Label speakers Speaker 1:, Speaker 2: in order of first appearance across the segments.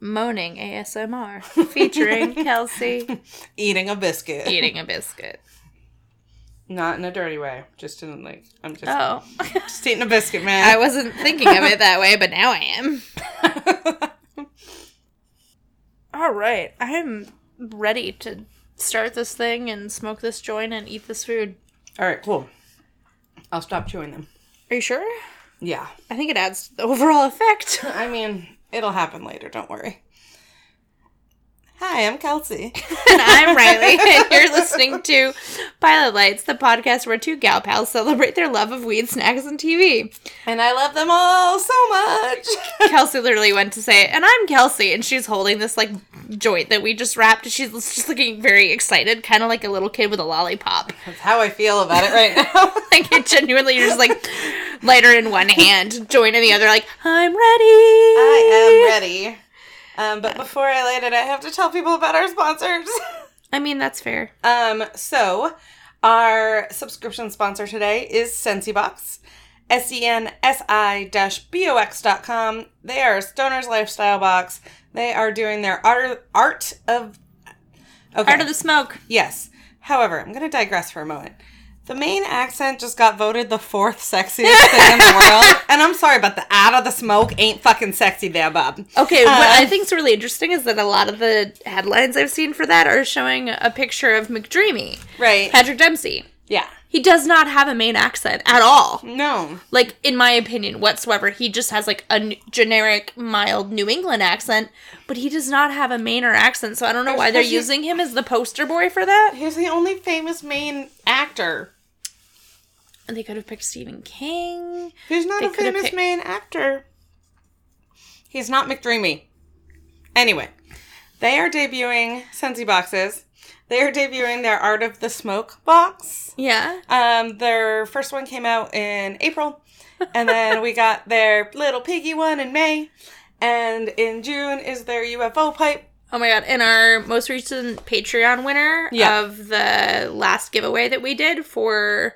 Speaker 1: Moaning ASMR, featuring Kelsey
Speaker 2: Eating a biscuit.
Speaker 1: eating a biscuit.
Speaker 2: Not in a dirty way. Just didn't like. I'm just,
Speaker 1: Oh,
Speaker 2: just eating a biscuit, man.
Speaker 1: I wasn't thinking of it that way, but now I am. All right, I'm ready to start this thing and smoke this joint and eat this food.
Speaker 2: All right, cool. I'll stop chewing them.
Speaker 1: Are you sure?
Speaker 2: Yeah.
Speaker 1: I think it adds to the overall effect.
Speaker 2: I mean, it'll happen later. Don't worry. Hi, I'm Kelsey.
Speaker 1: And I'm Riley, and you're listening to Pilot Lights, the podcast where two gal pals celebrate their love of weed, snacks, and TV.
Speaker 2: and I love them all so much.
Speaker 1: Kelsey literally went to say, and I'm Kelsey, and she's holding this like joint that we just wrapped, and she's just looking very excited, kind of like a little kid with a lollipop.
Speaker 2: That's how I feel about it right now.
Speaker 1: Like it genuinely, you're just like lighter in one hand, joint in the other, like I'm ready. I
Speaker 2: I am ready. Um, but before I light it, I have to tell people about our sponsors.
Speaker 1: I mean, that's fair.
Speaker 2: um, so, our subscription sponsor today is SensiBox. E S-E-N-S-I-B-O-X.com. They are a stoner's lifestyle box. They are doing their art, art of... Okay.
Speaker 1: Part of the smoke.
Speaker 2: Yes. However, I'm going to digress for a moment. The main accent just got voted the fourth sexiest thing in the world. And I'm sorry, but the out of the smoke ain't fucking sexy there, Bob.
Speaker 1: Okay, what
Speaker 2: Um,
Speaker 1: I think's really interesting is that a lot of the headlines I've seen for that are showing a picture of McDreamy,
Speaker 2: Right.
Speaker 1: Patrick Dempsey.
Speaker 2: Yeah.
Speaker 1: He does not have a main accent at all.
Speaker 2: No.
Speaker 1: Like, in my opinion, whatsoever. He just has like a n- generic, mild New England accent, but he does not have a Mainer accent. So I don't know why they're
Speaker 2: Especially-
Speaker 1: using him as the poster boy for that.
Speaker 2: He's the only famous main actor.
Speaker 1: And they could have picked Stephen King.
Speaker 2: He's not
Speaker 1: They
Speaker 2: a
Speaker 1: coulda
Speaker 2: famous
Speaker 1: picked-
Speaker 2: main actor. He's not McDreamy. Anyway, they are debuting Sensi boxes. They are debuting their Art of the Smoke box.
Speaker 1: Yeah.
Speaker 2: Um, their first one came out in April, and then we got their little piggy one in May, and in June is their UFO pipe.
Speaker 1: Oh my god! And our most recent Patreon winner
Speaker 2: Yeah.
Speaker 1: of the last giveaway that we did for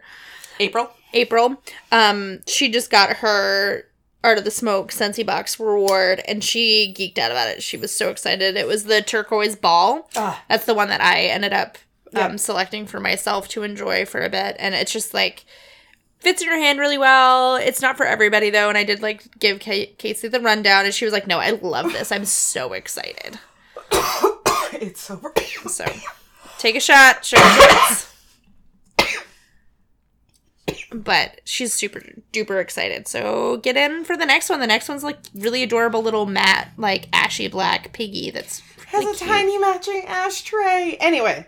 Speaker 2: April.
Speaker 1: April. Um, she just got her Art of the Smoke Sensi Box reward, and she geeked out about it. She was so excited. It was the turquoise ball.
Speaker 2: Ugh.
Speaker 1: That's the one that I ended up um,
Speaker 2: Yep.
Speaker 1: selecting for myself to enjoy for a bit, and it's just like fits in your hand really well. It's not for everybody though, and I did like give Ca Casey the rundown, and she was like, "No, I love this. I'm so excited."
Speaker 2: It's over.
Speaker 1: So take a shot, show your tits. But she's super duper excited. So get in for the next one. The next one's like really adorable little matte, like ashy black piggy that's
Speaker 2: Has
Speaker 1: really
Speaker 2: a
Speaker 1: cute.
Speaker 2: tiny matching ashtray. Anyway,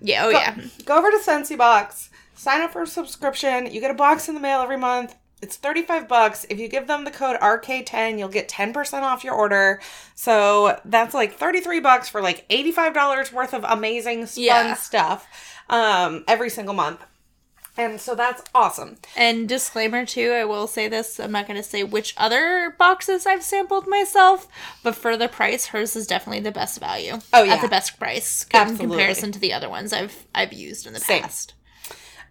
Speaker 1: Yeah, oh yeah.
Speaker 2: go over to Sensi Box, sign up for a subscription. You get a box in the mail every month. It's 35 bucks. If you give them the code RK10, you'll get 10% off your order. So that's like 33 bucks for like $85 worth of amazing fun
Speaker 1: Yeah.
Speaker 2: stuff um, every single month. And so that's awesome.
Speaker 1: And disclaimer too, I will say this. I'm not gonna say which other boxes I've sampled myself, but for the price, hers is definitely the best value.
Speaker 2: Oh, yeah.
Speaker 1: At the best price in
Speaker 2: Absolutely.
Speaker 1: comparison to the other ones I've I've used in the
Speaker 2: Same.
Speaker 1: past.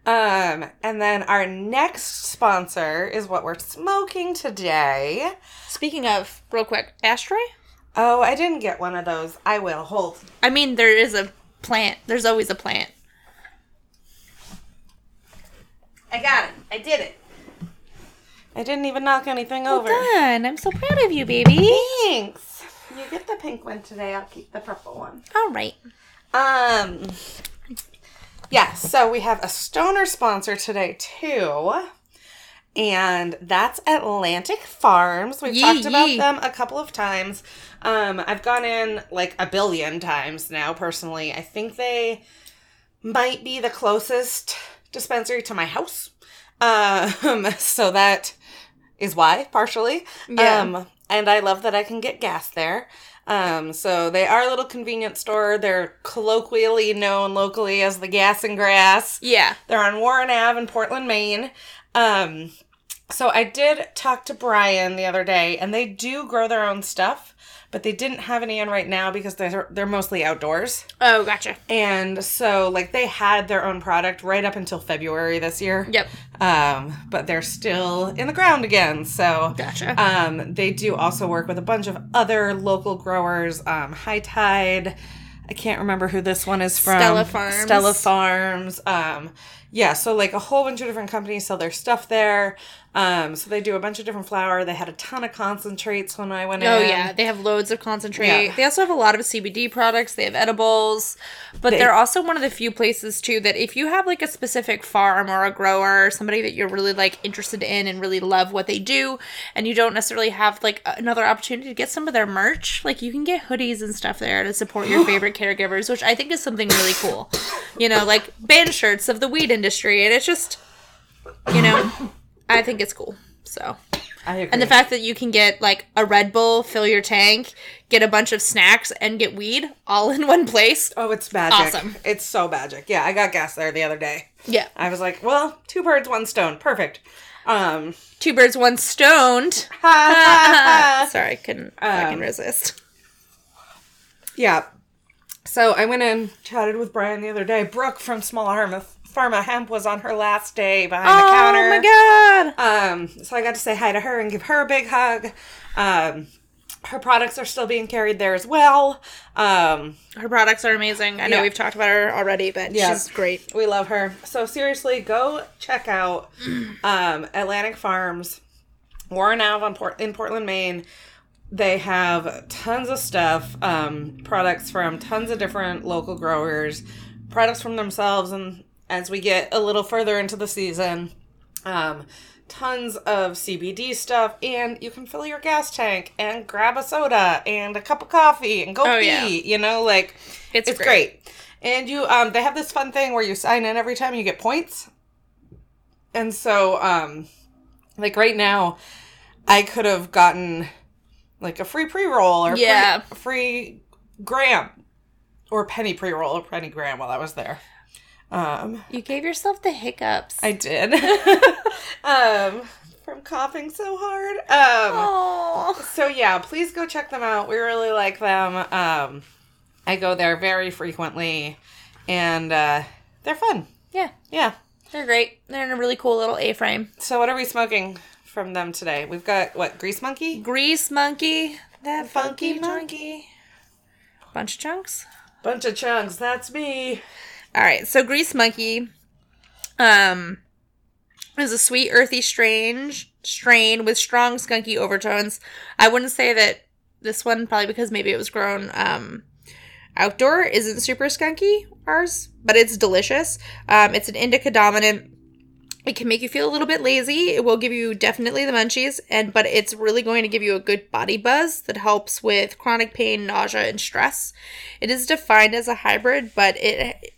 Speaker 2: Um, and then our next sponsor is what we're smoking today.
Speaker 1: Speaking of, real quick, ashtray?
Speaker 2: Oh, I didn't get one of those. I will. Hold.
Speaker 1: I mean, there is a plant. There's always a plant.
Speaker 2: I got it. I did it. I didn't even knock anything over.
Speaker 1: Done. I'm so proud of you, baby.
Speaker 2: Thanks. You get the pink one today. I'll keep the purple one.
Speaker 1: All right.
Speaker 2: Um. Yeah, so we have a stoner sponsor today too. and that's Atlantic Farms. We've
Speaker 1: Yee,
Speaker 2: talked about
Speaker 1: yee.
Speaker 2: them a couple of times. Um, I've gone in like a billion times now personally. I think they might be the closest dispensary to my house. Um, so that is why partially.
Speaker 1: Yeah.
Speaker 2: Um, and I love that I can get gas there. Um, so they are a little convenience store. They're colloquially known locally as the Gas and Grass.
Speaker 1: Yeah.
Speaker 2: They're on Warren Ave in Portland, Maine. Um, so I did talk to Brian the other day, and they do grow their own stuff, but they didn't have any in right now because they're they're mostly outdoors.
Speaker 1: Oh, gotcha.
Speaker 2: And so like they had their own product right up until February this year.
Speaker 1: Yep.
Speaker 2: Um, but they're still in the ground again. So
Speaker 1: Gotcha.
Speaker 2: um, they do also work with a bunch of other local growers. Um, High Tide. I can't remember who this one is from.
Speaker 1: Stella Farms.
Speaker 2: Stella Farms. Um, yeah, so like a whole bunch of different companies sell their stuff there. Um, so they do a bunch of different flour. They had a ton of concentrates when I went
Speaker 1: Oh
Speaker 2: in.
Speaker 1: yeah, they have loads of concentrate.
Speaker 2: Yeah.
Speaker 1: They also have a lot of CBD products. They have edibles, but they, are also one of the few places too that if you have like a specific farm or a grower, or somebody that you're really like interested in and really love what they do, and you don't necessarily have like a- another opportunity to get some of their merch, like you can get hoodies and stuff there to support your favorite caregivers, which I think is something really cool. You know, like band shirts of the weed industry, and it's just, you know, I think it's cool. So.
Speaker 2: I agree.
Speaker 1: And the fact that you can get like a Red Bull, fill your tank, get a bunch of snacks, and get weed all in one place.
Speaker 2: oh, it's magic.
Speaker 1: Awesome.
Speaker 2: It's so magic. Yeah, I got gas there the other day.
Speaker 1: Yeah.
Speaker 2: I was like, well, two birds, one stone. Perfect. Um,
Speaker 1: Two birds, one stoned. Sorry, couldn't
Speaker 2: Um,
Speaker 1: fucking resist.
Speaker 2: Yeah. So I went and chatted with Brian the other day. Brooke from Small Pharma, Pharma Hemp was on her last day behind the counter.
Speaker 1: Oh my god.
Speaker 2: Um, so I got to say hi to her and give her a big hug. Um, her products are still being carried there as well. Um,
Speaker 1: Uh, Her products are amazing. I know
Speaker 2: Yeah.
Speaker 1: we've talked about her already, but
Speaker 2: Yeah.
Speaker 1: she's great.
Speaker 2: we love her. So seriously, go check out um, Atlantic Farms, Warren Ave on Port- in Portland, Maine. They have tons of stuff, um, products from tons of different local growers, products from themselves, and as we get a little further into the season, um, tons of CBD stuff, and you can fill your gas tank and grab a soda and a cup of coffee and go
Speaker 1: Oh,
Speaker 2: pee.
Speaker 1: yeah.
Speaker 2: You know, like
Speaker 1: It's,
Speaker 2: it's, great. And you um they have this fun thing where you sign in every time you get points. And so um like right now I could have gotten like a free pre-roll or
Speaker 1: Yeah.
Speaker 2: free, free gram or penny pre-roll or penny gram while I was there. Um
Speaker 1: You gave yourself the hiccups.
Speaker 2: I did. um from coughing so hard. Um
Speaker 1: Aw.
Speaker 2: so yeah, please go check them out. We really like them. Um, I go there very frequently, and uh, they're fun.
Speaker 1: Yeah,
Speaker 2: Yeah.
Speaker 1: they're great. They're in a really cool little A frame.
Speaker 2: So what are we smoking from them today? We've got what Grease Monkey,
Speaker 1: Grease monkey. That
Speaker 2: funky
Speaker 1: funky monkey. Bunch of chunks.
Speaker 2: bunch of chunks. That's me.
Speaker 1: All right, so Grease Monkey um is a sweet earthy strange strain with strong skunky overtones. I wouldn't say that this one probably because maybe it was grown um outdoor isn't super skunky ours, but it's delicious. Um it's an indica dominant it can make you feel a little bit lazy. It will give you definitely the munchies, and but it's really going to give you a good body buzz that helps with chronic pain, nausea, and stress. It is defined as a hybrid, but it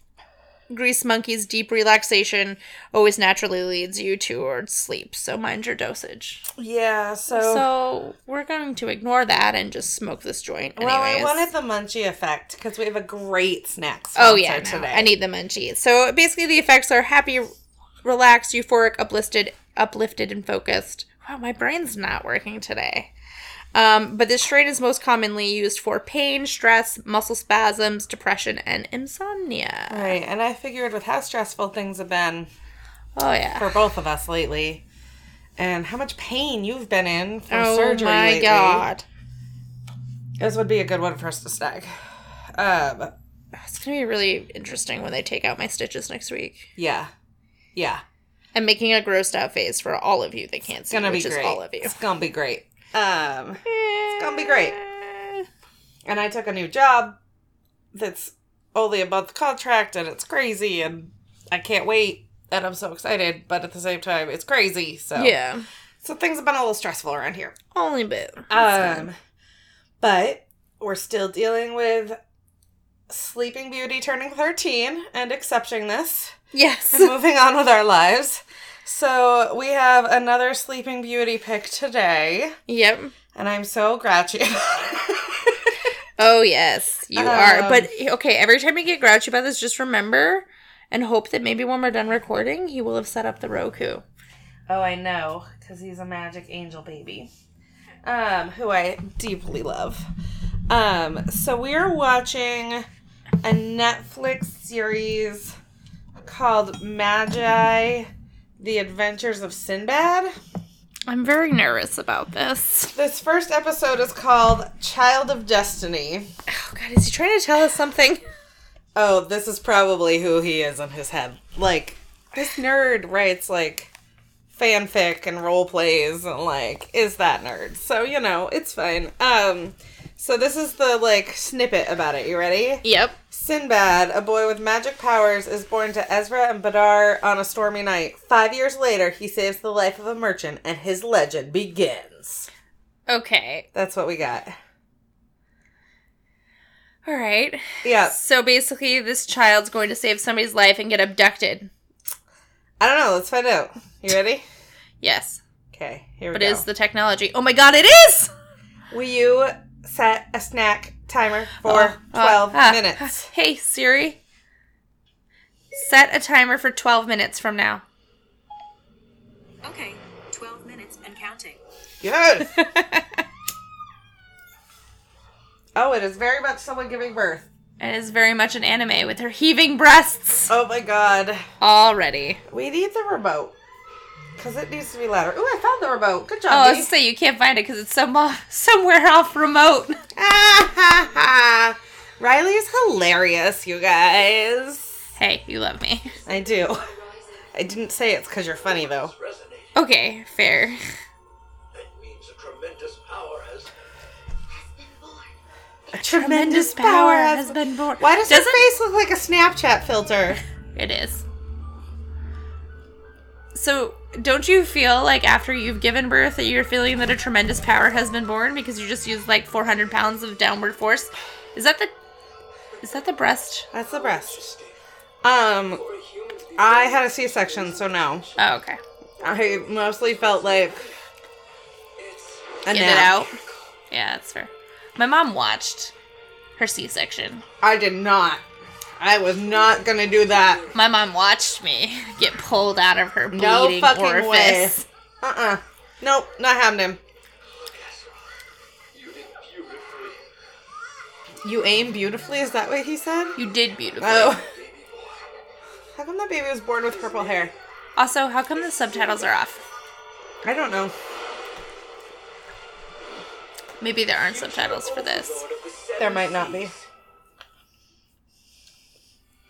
Speaker 1: Grease Monkey's deep relaxation always naturally leads you towards sleep, so mind your dosage.
Speaker 2: Yeah. So,
Speaker 1: So we're going to ignore that and just smoke this joint. Anyways.
Speaker 2: well, I wanted the Munchie effect because we have a great snack.
Speaker 1: Oh
Speaker 2: Sponsor
Speaker 1: yeah, no,
Speaker 2: today.
Speaker 1: I need the munchies. So basically, the effects are happy, relaxed, euphoric, uplifted, uplifted, and focused. Wow, my brain's not working today. Um, but this strain is most commonly used for pain, stress, muscle spasms, depression, and insomnia.
Speaker 2: Right, and I figured with how stressful things have been
Speaker 1: Oh yeah.
Speaker 2: for both of us lately, and how much pain you've been in from
Speaker 1: Oh
Speaker 2: surgery
Speaker 1: my
Speaker 2: lately,
Speaker 1: god.
Speaker 2: This would be a good one for us to snag. Um,
Speaker 1: It's gonna be really interesting when they take out my stitches next week.
Speaker 2: yeah, yeah,
Speaker 1: I'm making a grossed out face for all of you that can't
Speaker 2: it's
Speaker 1: see,
Speaker 2: gonna
Speaker 1: which
Speaker 2: be
Speaker 1: is
Speaker 2: great.
Speaker 1: all of you.
Speaker 2: It's gonna be great. Um,
Speaker 1: It's
Speaker 2: gonna be great.
Speaker 1: Eh,
Speaker 2: and I took a new job that's only a month contract, and it's crazy, and I can't wait. and I'm so excited, but at the same time, it's crazy. So
Speaker 1: Yeah.
Speaker 2: so things have been a little stressful around here.
Speaker 1: Only bit. That's
Speaker 2: Um,
Speaker 1: fine.
Speaker 2: but we're still dealing with Sleeping Beauty turning 13 and accepting this
Speaker 1: yes.
Speaker 2: and moving on with our lives. So we have another Sleeping Beauty pick today,
Speaker 1: yep.
Speaker 2: and I'm so grouchy.
Speaker 1: Oh yes, you are.
Speaker 2: Um,
Speaker 1: But okay, every time you get grouchy about this, just remember and hope that maybe when we're done recording, he will have set up the Roku.
Speaker 2: oh, I know, because he's a magic angel baby, um, who I deeply love. Um, so we're watching a Netflix series called Magi: The Adventures of Sinbad.
Speaker 1: I'm very nervous about this.
Speaker 2: This first episode is called Child of Destiny.
Speaker 1: Oh god, is he trying to tell us something?
Speaker 2: Oh, this is probably who he is in his head. Like, this nerd writes, like, fanfic and role plays and, like, is that nerd. So, you know, it's fine. Um, so this is the, like, snippet about it. You ready?
Speaker 1: Yep.
Speaker 2: Sinbad, a boy with magic powers, is born to Ezra and Badar on a stormy night. Five years later, he saves the life of a merchant and his legend begins.
Speaker 1: Okay.
Speaker 2: That's what we got.
Speaker 1: All right.
Speaker 2: Yeah.
Speaker 1: So basically, this child's going to save somebody's life and get abducted.
Speaker 2: I don't know. Let's find out. You ready?
Speaker 1: Yes.
Speaker 2: Okay. Here we
Speaker 1: But
Speaker 2: go.
Speaker 1: is the technology? Oh my god, it is!
Speaker 2: Will you set a snack timer for
Speaker 1: Oh, uh,
Speaker 2: 12
Speaker 1: ah,
Speaker 2: minutes?
Speaker 1: ah. Hey, Siri. Set a timer for 12 minutes from now.
Speaker 3: Okay, 12 minutes and counting.
Speaker 2: Good. oh, it is very much someone giving birth.
Speaker 1: It is very much an anime with her heaving breasts
Speaker 2: Oh my god.
Speaker 1: already.
Speaker 2: We need the remote. Because it needs to be louder. Ooh, I found the remote. Good
Speaker 1: Oh, I
Speaker 2: job.
Speaker 1: was
Speaker 2: Dee.
Speaker 1: gonna say you can't find it because it's some, uh, somewhere off remote.
Speaker 2: Ah, ha, ha. Riley's hilarious, you guys.
Speaker 1: Hey, you love me.
Speaker 2: I do. I didn't say it's because you're funny, though.
Speaker 4: resonate.
Speaker 1: Okay, fair.
Speaker 4: That means a tremendous power has
Speaker 2: A tremendous, power has been.
Speaker 1: born.
Speaker 2: Why does
Speaker 1: Doesn't-
Speaker 2: his face look like a Snapchat filter?
Speaker 1: It is. So, don't you feel like after you've given birth that you're feeling that a tremendous power has been born because you just used like 400 pounds of downward force? Is that the is that the breast?
Speaker 2: That's the breast. Um, I had a C-section, so no.
Speaker 1: Oh, okay.
Speaker 2: I mostly felt like a
Speaker 1: Get it
Speaker 2: nap.
Speaker 1: out. Yeah, that's fair. My mom watched her C-section.
Speaker 2: I did not. I was not gonna do that.
Speaker 1: My mom watched me get pulled out of her bleeding
Speaker 2: No fucking
Speaker 1: orifice.
Speaker 2: way. Uh-uh. Nope, not happening. You aim beautifully. Is that what he said?
Speaker 1: You did beautifully.
Speaker 2: Oh. How come that baby was born with purple hair?
Speaker 1: Also, how come the subtitles are off?
Speaker 2: I don't know.
Speaker 1: Maybe there aren't subtitles for this.
Speaker 2: There might not be.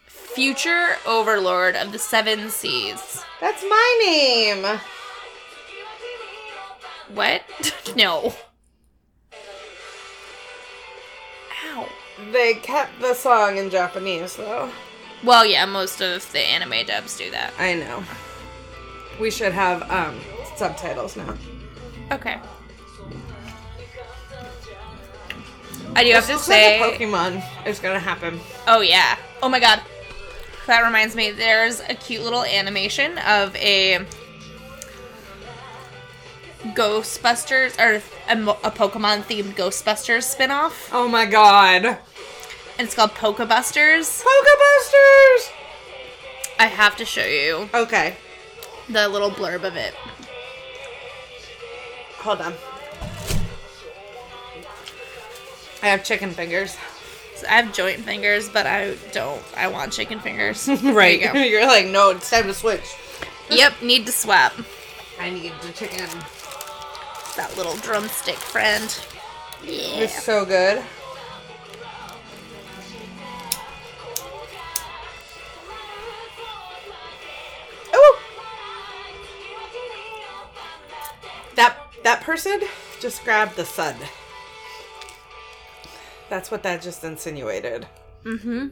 Speaker 1: Future Overlord of the Seven Seas.
Speaker 2: That's my name.
Speaker 1: What? no. Ow.
Speaker 2: They kept the song in Japanese though.
Speaker 1: Well, yeah, most of the anime dubs do that.
Speaker 2: I know. We should have um subtitles now.
Speaker 1: Okay. I do have to
Speaker 2: Looks
Speaker 1: say.
Speaker 2: like a Pokemon is gonna happen.
Speaker 1: Oh yeah. Oh my god. That reminds me, there's a cute little animation of a Ghostbusters or a, mo- a Pokemon themed Ghostbusters spinoff.
Speaker 2: Oh my god.
Speaker 1: And it's called Pokebusters.
Speaker 2: Pokebusters!
Speaker 1: I have to show you
Speaker 2: Okay,
Speaker 1: the little blurb of it.
Speaker 2: hold on. I have chicken fingers.
Speaker 1: So I have joint fingers, but I don't. I want chicken fingers. There you
Speaker 2: You're like, no, it's time to switch.
Speaker 1: go. yep, need to swap.
Speaker 2: I need the chicken.
Speaker 1: That little drumstick friend. Yeah.
Speaker 2: It's so good. Ooh! That that person just grabbed the sun. That's what that just insinuated.
Speaker 1: Mm-hmm.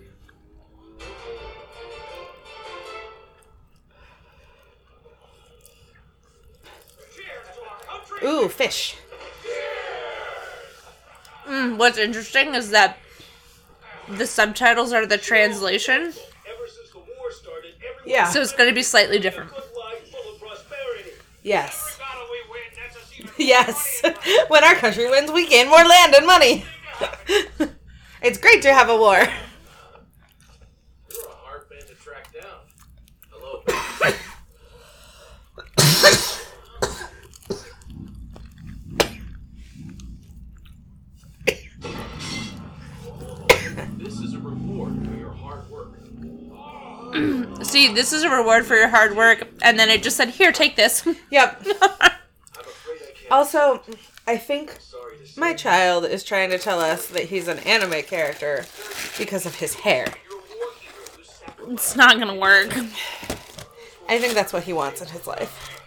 Speaker 2: Ooh, fish.
Speaker 1: Mm, what's interesting is that the subtitles are the translation,
Speaker 5: Ever since the war started, everyone
Speaker 2: Yeah.
Speaker 1: so it's going to be slightly different.
Speaker 5: good life full of prosperity.
Speaker 2: Yes.
Speaker 5: Gotta we win, that's a secret.
Speaker 2: Yes. when our country wins, we gain more land and money. it's great to have a war.
Speaker 4: You're a hard man to track down. Hello. this is a reward for your hard work.
Speaker 1: See, this is a reward for your hard work, and then it just said, "Here, take this."
Speaker 2: Yep.
Speaker 4: I'm afraid I can't.
Speaker 2: Also, I think
Speaker 4: Sorry to say.
Speaker 2: my child is trying to tell us that he's an anime character because of his hair.
Speaker 1: It's not going to work.
Speaker 2: I think that's what he wants in his life.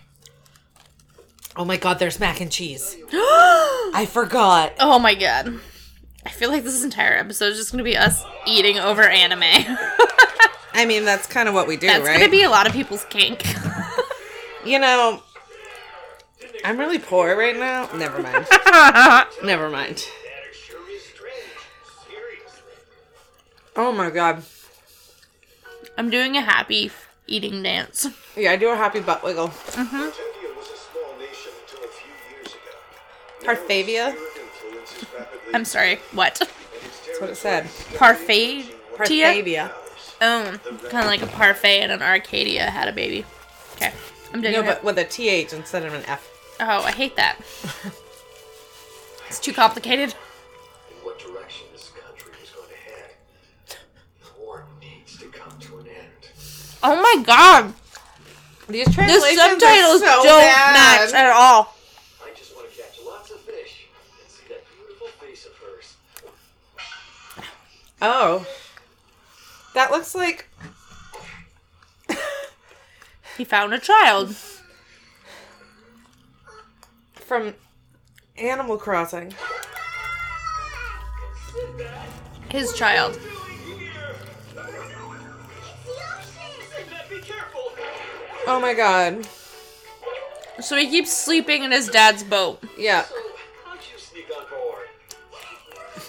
Speaker 2: Oh my god, there's mac and cheese.
Speaker 1: oh
Speaker 2: I forgot.
Speaker 1: my god. I feel like this entire episode is just going to be us eating over anime.
Speaker 2: I mean, that's kind of what we do,
Speaker 1: That's
Speaker 2: right?
Speaker 1: going to be a lot of people's kink.
Speaker 2: you know, I'm really poor right now. Never mind. Never mind.
Speaker 5: That sure is strange. Seriously.
Speaker 2: Oh my god.
Speaker 1: I'm doing a happy eating dance.
Speaker 2: Yeah, I do a happy butt wiggle.
Speaker 4: India was a small nation until a few years ago.
Speaker 2: Parfavia?
Speaker 4: Europe influences rapidly,
Speaker 1: I'm sorry. What?
Speaker 4: and its
Speaker 2: That's what it said.
Speaker 1: Parfait? Tia?
Speaker 2: Parfavia.
Speaker 1: Oh, kind of like a parfait and an Arcadia had a baby. Okay. I'm doing
Speaker 2: No,
Speaker 1: it.
Speaker 2: but with a TH instead of an F.
Speaker 1: Oh, I hate that. it's too complicated.
Speaker 4: in what direction this country was going to head. The war needs to come to an end.
Speaker 1: Oh my god.
Speaker 2: These
Speaker 1: The
Speaker 2: translations
Speaker 1: subtitles don't match at all.
Speaker 4: I just want to catch lots of fish and see that beautiful face of hers.
Speaker 2: Oh. That looks like
Speaker 1: He found a child.
Speaker 2: from Animal Crossing.
Speaker 1: His child.
Speaker 5: Be careful.
Speaker 2: Oh my god.
Speaker 1: So he keeps sleeping in his dad's boat.
Speaker 2: Yeah.
Speaker 4: So, how'd you sneak on board?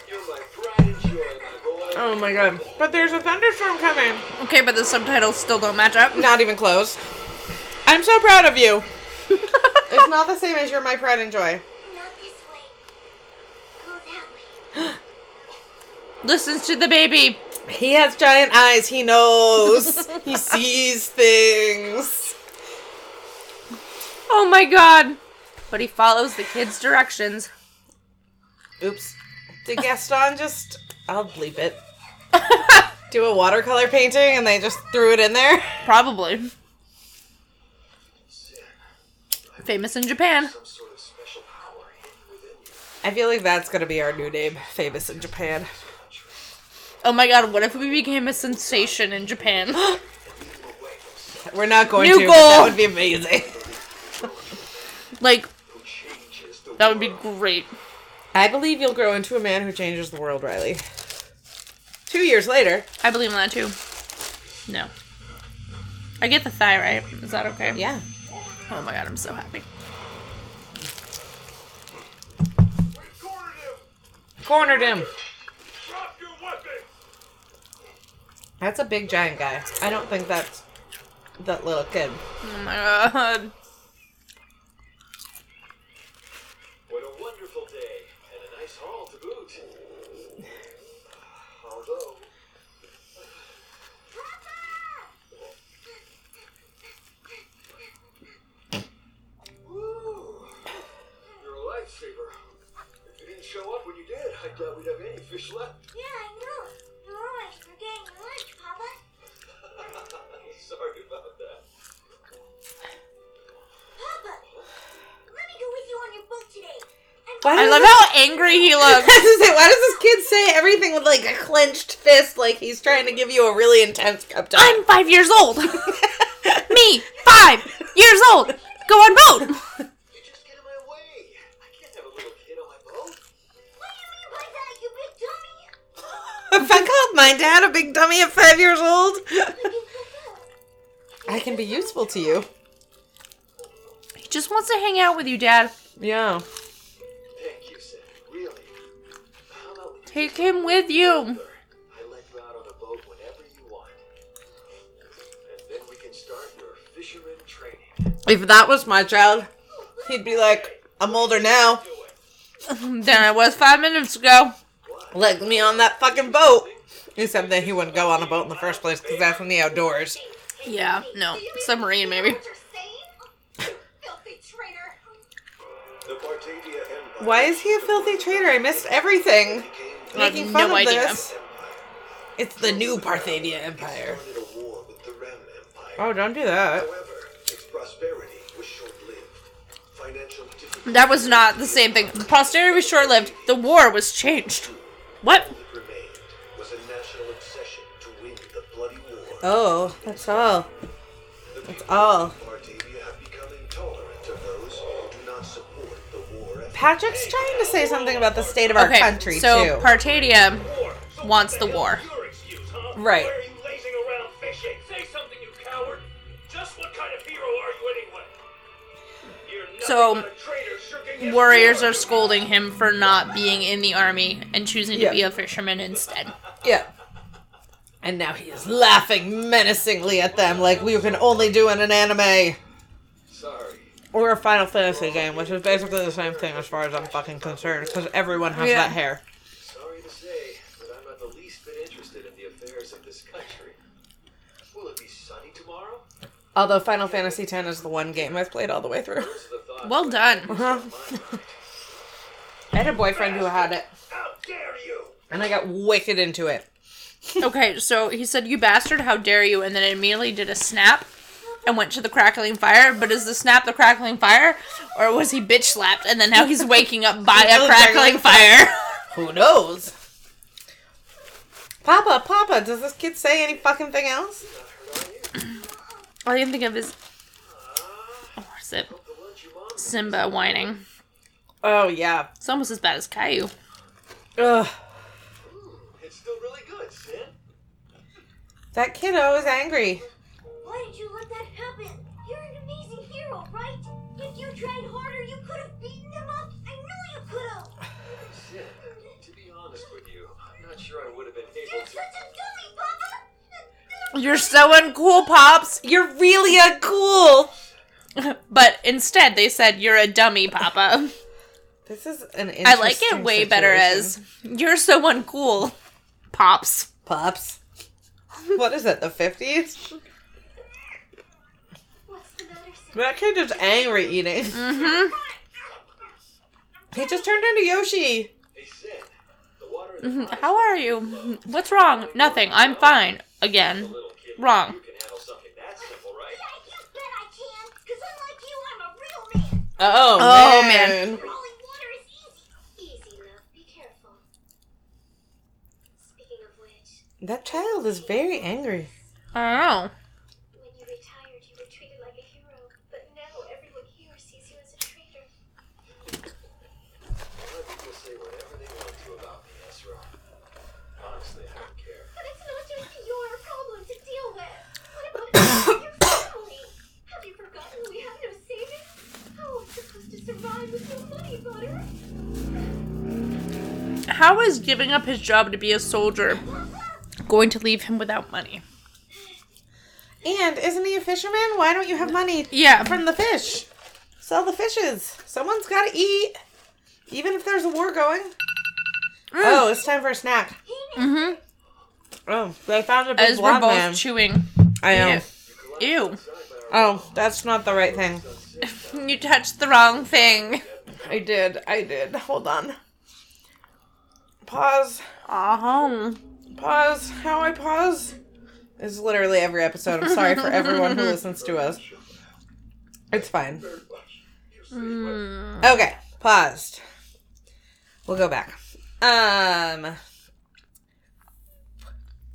Speaker 4: You're my pride and joy, my boy.
Speaker 2: Oh my god. But there's a thunderstorm coming.
Speaker 1: Okay, but the subtitles still don't match up.
Speaker 2: Not even close. I'm so proud of you. it's not the same as you're my pride and joy.
Speaker 6: Not this way. Go that way.
Speaker 1: Listens to the baby.
Speaker 2: He has giant eyes. He knows. he sees things.
Speaker 1: Oh my god. But he follows the kid's directions.
Speaker 2: Oops. Did Gaston just. I'll bleep it. Do a watercolor painting and they just threw it in there?
Speaker 1: Probably. Famous in Japan.
Speaker 4: Some sort of special power hidden within you.
Speaker 2: I feel like that's gonna be our new name, famous in Japan.
Speaker 1: Oh my god, what if we became a sensation in Japan?
Speaker 2: We're not going
Speaker 1: New
Speaker 2: to. but that
Speaker 1: goal.
Speaker 2: would be amazing.
Speaker 1: like,
Speaker 4: Who changes the
Speaker 1: that would be great.
Speaker 2: I believe you'll grow into a man who changes the world, Riley. Two years later.
Speaker 1: I believe in that too. No. I get the thigh right. Is that okay?
Speaker 2: Yeah.
Speaker 1: Oh my god, I'm so happy.
Speaker 5: We cornered him.
Speaker 2: Cornered him.
Speaker 5: Drop your weapon.
Speaker 2: That's a big giant guy. I don't think that's that little kid.
Speaker 1: Oh my god.
Speaker 4: What a wonderful day, and a nice haul to boot. Although, Woo, you're a lifesaver. If you didn't show up when you did, I doubt we'd have any fish left.
Speaker 6: Yeah, I know. You're always forgetting lunch, Papa.
Speaker 4: Sorry about that.
Speaker 6: Papa, let me go with you on your boat today. I'm
Speaker 2: Why
Speaker 1: I
Speaker 2: does
Speaker 1: love
Speaker 2: this-
Speaker 1: how angry he looks.
Speaker 2: I was gonna say, why does this kid say everything with like a clenched fist, like he's trying to give you a really intense cup talk?
Speaker 1: I'm five years old. Me, five years old. Go on boat.
Speaker 4: You just get in my way. I can't have a little kid on my boat.
Speaker 6: What do you mean by that, you big dummy?
Speaker 2: if I called my dad a big dummy at five years old, I can be useful to you.
Speaker 1: He just wants to hang out with you, Dad.
Speaker 2: Yeah.
Speaker 4: Thank you, Sam. Really. How about we
Speaker 1: Take him with you.
Speaker 4: Sure. I let you out on a boat whenever you want. And then we can start your fisherman training.
Speaker 2: If that was my child, he'd be like, I'm older now.
Speaker 1: Than I was five minutes ago.
Speaker 2: Let me on that fucking boat. Except that he wouldn't go on a boat in the first place because that's in the outdoors.
Speaker 1: Yeah, no. Submarine, maybe.
Speaker 6: What you're saying? Filthy traitor.
Speaker 4: The Bartavia Empire
Speaker 2: Why is he a filthy traitor? I missed everything.
Speaker 4: became
Speaker 1: I have
Speaker 2: Making
Speaker 1: no
Speaker 2: fun of
Speaker 1: idea.
Speaker 2: this. It's the new Parthenia Empire.
Speaker 4: started a war with the Ram Empire.
Speaker 2: Oh, don't do that.
Speaker 4: However, its prosperity was short-lived. Financial difficulties
Speaker 1: That was not the same thing. Posterity was short lived. The war was changed. What?
Speaker 4: that remained was a national obsession to win the bloody war.
Speaker 2: Oh, that's all.
Speaker 4: the people
Speaker 2: all.
Speaker 4: of Bartavia have become intolerant of those who do not support the war effort.
Speaker 2: Patrick's trying to say something about the state of our
Speaker 1: Okay,
Speaker 2: country,
Speaker 1: so
Speaker 2: too.
Speaker 1: Partadia
Speaker 5: War. So
Speaker 1: Wants
Speaker 5: what
Speaker 1: the
Speaker 5: hell's
Speaker 1: war.
Speaker 5: Your excuse, huh?
Speaker 2: Right.
Speaker 5: Why are you lazing around fishing? Say something, you coward. Just what kind of hero are you anyway? You're nothing
Speaker 1: So,
Speaker 5: but a traitor shirking his
Speaker 1: warriors
Speaker 5: war.
Speaker 1: are scolding him for not being in the army and choosing to
Speaker 2: Yeah.
Speaker 1: be a fisherman instead.
Speaker 2: yeah. And now he is laughing menacingly at them like we can only do in an anime.
Speaker 4: Sorry.
Speaker 2: Or a Final Fantasy game, which is basically the same thing as far as I'm fucking concerned, because everyone has
Speaker 1: Yeah.
Speaker 2: that hair.
Speaker 4: Sorry to say, but I'm not the least bit interested in the affairs of this country. Will it be sunny tomorrow?
Speaker 2: Although Final Fantasy X is the one game I've played all the way through.
Speaker 4: Those are the thoughts
Speaker 1: Well done.
Speaker 2: I had a boyfriend who had it,
Speaker 5: How dare you?
Speaker 2: and I got wicked into it.
Speaker 1: Okay, so he said, You bastard, how dare you? And then immediately did a snap and went to the crackling fire. But is the snap the crackling fire? Or was he bitch slapped and then now he's waking up by a
Speaker 2: Oh,
Speaker 1: crackling
Speaker 2: crackling
Speaker 1: fire?
Speaker 2: Who knows? Papa, Papa, does this kid say any fucking thing else?
Speaker 1: All I can think of is.
Speaker 4: Ah,
Speaker 1: Oh, what is it? Simba whining.
Speaker 2: Oh, yeah.
Speaker 1: It's almost as bad as Caillou.
Speaker 2: Ugh.
Speaker 4: It's still really good, Sin.
Speaker 2: That kiddo is angry.
Speaker 6: Why did you let that happen? You're an amazing hero, right? If you tried harder, you could have beaten them up. I know you could have.
Speaker 4: Sin, to be honest with you, I'm not sure I would have been
Speaker 6: You're
Speaker 4: able to.
Speaker 6: such a dummy, Papa.
Speaker 1: You're so uncool, Pops!
Speaker 2: You're really a cool.
Speaker 1: But instead, they said, You're a dummy, Papa.
Speaker 2: This is an interesting
Speaker 1: I like it way better as,
Speaker 2: situation.
Speaker 1: You're so uncool, Pops.
Speaker 2: Pops. What is it, the 50s?
Speaker 6: What's the matter, Sam?
Speaker 2: That kid is angry eating.
Speaker 1: Mm-hmm.
Speaker 2: He just turned into Yoshi.
Speaker 4: Hey, Sin, the water in the pond
Speaker 1: How are you? What's wrong? Nothing. I'm fine.
Speaker 4: is a
Speaker 1: Again.
Speaker 4: little kid.
Speaker 1: Wrong.
Speaker 4: You can handle something that simple, right?
Speaker 6: Yeah, you bet I can. Because unlike you, I'm a real man.
Speaker 2: Oh,
Speaker 1: Oh,
Speaker 2: man.
Speaker 6: Rolling water is easy. Easy enough. Be careful. Speaking of which,
Speaker 2: That child is very angry.
Speaker 1: I
Speaker 6: when you retired, you were treated like a hero. But now everyone here sees you as a traitor.
Speaker 4: Let people say whatever they want to about me, Ezra. Honestly, I don't care.
Speaker 6: But it's not just your problem to deal with. What about your family? Have you forgotten we have no savings? How are we supposed to survive with no money, Butter?
Speaker 1: don't know. How is giving up his job to be a soldier going to leave him without money?
Speaker 2: And isn't he a fisherman? Why don't you have money?
Speaker 1: Yeah,
Speaker 2: from the fish. Sell the fishes. Someone's got to eat. Even if there's a war going.
Speaker 1: Mm.
Speaker 2: Oh, it's time for a snack.
Speaker 1: Mhm.
Speaker 2: Oh, they found a big
Speaker 1: as we're
Speaker 2: blonde
Speaker 1: both
Speaker 2: man.
Speaker 1: chewing.
Speaker 2: I know.
Speaker 1: Ew.
Speaker 2: Oh, that's not the right thing.
Speaker 1: You touched the wrong thing.
Speaker 2: I did. I did. Hold on. Pause. Uh-huh.
Speaker 1: Oh.
Speaker 2: Pause. How I pause is literally every episode. I'm sorry for everyone who listens to us. It's fine. Okay, paused. We'll go back. Um,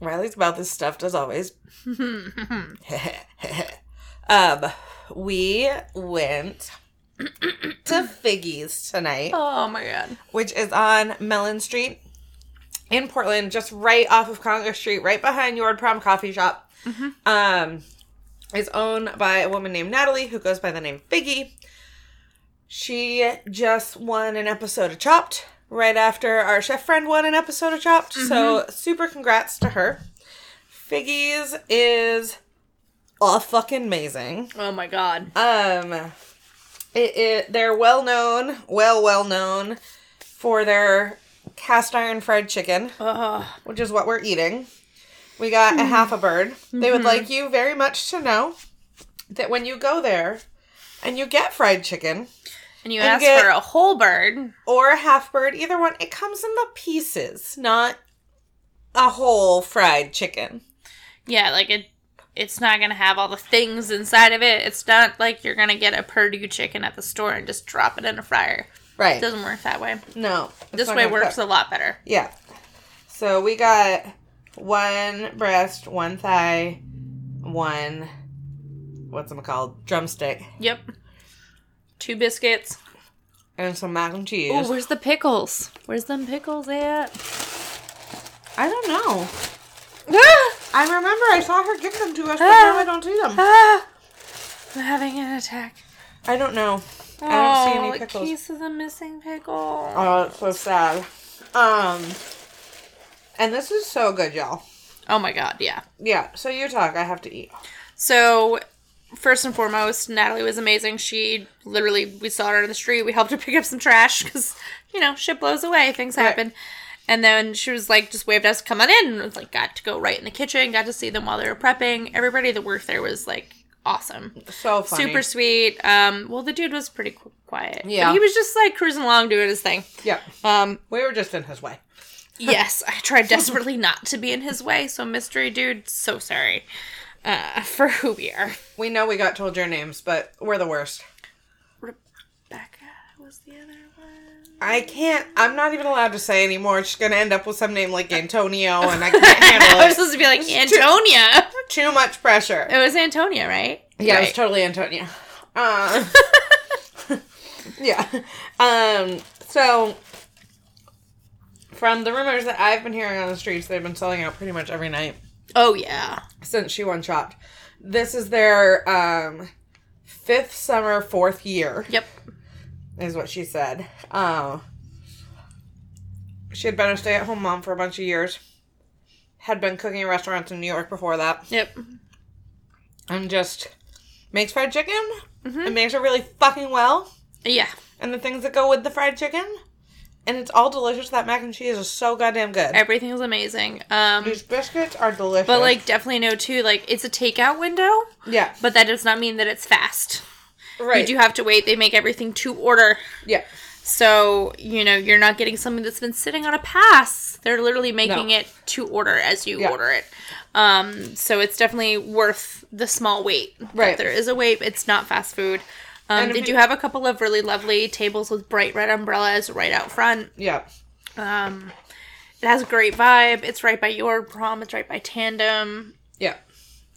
Speaker 2: Riley's about this stuffed as always. um, we went to Figgy's tonight,
Speaker 1: Oh my god.
Speaker 2: which is on Mellon Street in Portland, just right off of Congress Street, right behind Yard Prom Coffee Shop. Um, is owned by a woman named Natalie who goes by the name Figgy. She just won an episode of Chopped right after our chef friend won an episode of Chopped. So super congrats to her. Figgies is a fucking amazing.
Speaker 1: Oh my god.
Speaker 2: Um, it, it they're well known, well well known for their cast iron fried chicken,
Speaker 1: Ugh.
Speaker 2: which is what we're eating. We got a half a bird. They
Speaker 1: Mm-hmm.
Speaker 2: would like you very much to know that when you go there and you get fried chicken
Speaker 1: And you
Speaker 2: And
Speaker 1: asked
Speaker 2: get-
Speaker 1: for a whole bird.
Speaker 2: or a half bird, either one, it comes in the pieces, not a whole fried chicken.
Speaker 1: Yeah, like it. It's not gonna have all the things inside of it. It's not like you're gonna get a Purdue chicken at the store and just drop it in a fryer. It
Speaker 2: Right.
Speaker 1: doesn't work that way.
Speaker 2: no. it's
Speaker 1: This
Speaker 2: not
Speaker 1: way
Speaker 2: gonna
Speaker 1: works
Speaker 2: cook.
Speaker 1: a lot better.
Speaker 2: Yeah. So we got one breast, one thigh, one what's it called? Drumstick.
Speaker 1: Yep. Two biscuits.
Speaker 2: And some mac and cheese.
Speaker 1: Oh, where's the pickles? Where's them pickles at?
Speaker 2: I don't know.
Speaker 1: Ah!
Speaker 2: I remember I saw her give them to us, but
Speaker 1: Ah.
Speaker 2: now I don't see them.
Speaker 1: Ah! I'm having an attack.
Speaker 2: I don't know. I don't see
Speaker 1: Oh,
Speaker 2: any
Speaker 1: the
Speaker 2: pickles.
Speaker 1: case of the missing pickle.
Speaker 2: Oh, it's so sad. Um and this is so good, y'all.
Speaker 1: Oh my god, yeah.
Speaker 2: Yeah, so you talk, I have to eat.
Speaker 1: So, first and foremost, Natalie was amazing. She literally, we saw her on the street. We helped her pick up some trash because, you know, shit blows away, things happen. And then she was like, just waved us, come on in. And it was like, got to go right in the kitchen, got to see them while they were prepping. Everybody that worked there was like awesome.
Speaker 2: So funny.
Speaker 1: Super sweet. Um, well, the dude was pretty qu- quiet. Yeah.
Speaker 2: Yeah.
Speaker 1: he was just like cruising along doing his thing.
Speaker 2: Yeah.
Speaker 1: Um,
Speaker 2: We were just in his way.
Speaker 1: yes, I tried desperately not to be in his way. So, mystery dude, so sorry uh, for who we are.
Speaker 2: We know we got told your names, but we're the worst.
Speaker 1: Becca was the other one.
Speaker 2: I can't. I'm not even allowed to say anymore. She's gonna end up with some name like Antonio, and I can't handle
Speaker 1: I was
Speaker 2: it.
Speaker 1: supposed to be like Antonia.
Speaker 2: Too much pressure.
Speaker 1: It was Antonia, right?
Speaker 2: Yeah, it was
Speaker 1: Right.
Speaker 2: totally Antonio. Uh, yeah. Um. So, from the rumors that I've been hearing on the streets, they've been selling out pretty much every night
Speaker 1: oh yeah.
Speaker 2: since she won Chopped. This is their um fifth summer, fourth year.
Speaker 1: Yep.
Speaker 2: is what she said. Um, she had been a stay at home mom for a bunch of years, had been cooking in restaurants in New York before that,
Speaker 1: Yep.
Speaker 2: and just makes fried chicken.
Speaker 1: Mm-hmm.
Speaker 2: It makes it really fucking well,
Speaker 1: Yeah.
Speaker 2: and the things that go with the fried chicken. And it's all delicious. That mac and cheese is so goddamn good.
Speaker 1: Everything was amazing. Um
Speaker 2: These biscuits are delicious.
Speaker 1: but like definitely know too, like it's a takeout window,
Speaker 2: yeah,
Speaker 1: but that does not mean that it's fast.
Speaker 2: right.
Speaker 1: You do have to wait. They make everything to order.
Speaker 2: yeah,
Speaker 1: So, you know, you're not getting something that's been sitting on a pass. They're literally making
Speaker 2: No.
Speaker 1: it to order as you
Speaker 2: Yeah.
Speaker 1: order it. Um, so it's definitely worth the small wait. If
Speaker 2: Right.
Speaker 1: there is a wait. It's not fast food. Um,
Speaker 2: And if
Speaker 1: they
Speaker 2: you-
Speaker 1: do have a couple of really lovely tables with bright red umbrellas right out front.
Speaker 2: yeah.
Speaker 1: Um, it has a great vibe. It's right by your prom. It's right by Tandem.
Speaker 2: Yeah.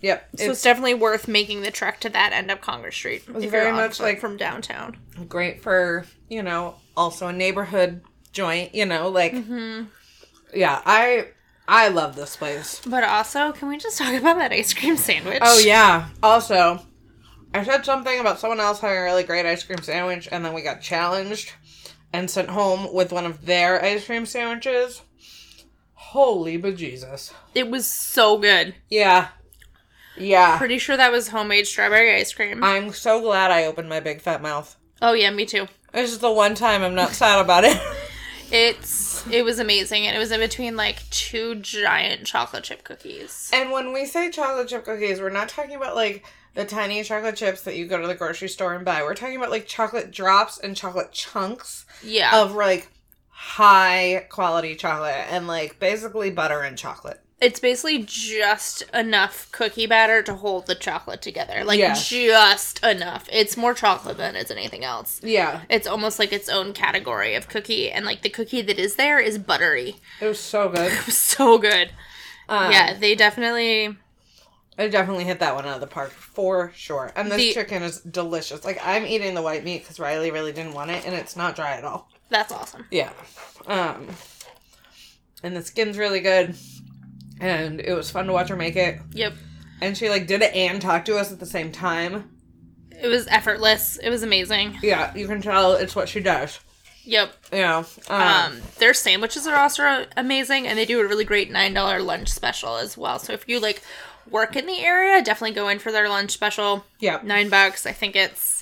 Speaker 2: Yep.
Speaker 1: So it's,
Speaker 2: it's
Speaker 1: definitely worth making the trek to that end of Congress Street. It's
Speaker 2: very much like-
Speaker 1: from downtown.
Speaker 2: great for, you know, also a neighborhood joint, you know, like Yeah, I I love this place.
Speaker 1: But also, can we just talk about that ice cream sandwich?
Speaker 2: Oh yeah. Also, I said something about someone else having a really great ice cream sandwich, and then we got challenged and sent home with one of their ice cream sandwiches. Holy bejesus!
Speaker 1: It was so good.
Speaker 2: Yeah, yeah.
Speaker 1: Pretty sure that was homemade strawberry ice cream.
Speaker 2: I'm so glad I opened my big fat mouth.
Speaker 1: oh yeah, me too.
Speaker 2: This is the one time I'm not sad about it.
Speaker 1: It's it was amazing, and it was in between like two giant chocolate chip cookies.
Speaker 2: And when we say chocolate chip cookies, we're not talking about like the tiny chocolate chips that you go to the grocery store and buy. We're talking about like chocolate drops and chocolate chunks
Speaker 1: Yeah,
Speaker 2: of like high quality chocolate and like basically butter and chocolate.
Speaker 1: it's basically just enough cookie batter to hold the chocolate together. Like
Speaker 2: Yeah.
Speaker 1: just enough. It's more chocolate than it's anything else.
Speaker 2: Yeah.
Speaker 1: It's almost like its own category of cookie, and like the cookie that is there is buttery.
Speaker 2: It was so good.
Speaker 1: It was so good.
Speaker 2: Um,
Speaker 1: yeah, they definitely
Speaker 2: I definitely hit that one out of the park for sure. And this
Speaker 1: The-
Speaker 2: chicken is delicious. Like I'm eating the white meat because Riley really didn't want it and it's not dry at all.
Speaker 1: that's awesome.
Speaker 2: Yeah. Um and the skin's really good. And it was fun to watch her make it.
Speaker 1: Yep.
Speaker 2: And she like did it and talked to us at the same time.
Speaker 1: it was effortless. It was amazing.
Speaker 2: Yeah, you can tell it's what she does.
Speaker 1: Yep.
Speaker 2: Yeah. Um,
Speaker 1: Um, their sandwiches are also amazing, and they do a really great nine dollar lunch special as well. So if you like work in the area, definitely go in for their lunch special.
Speaker 2: Yep.
Speaker 1: nine bucks. I think it's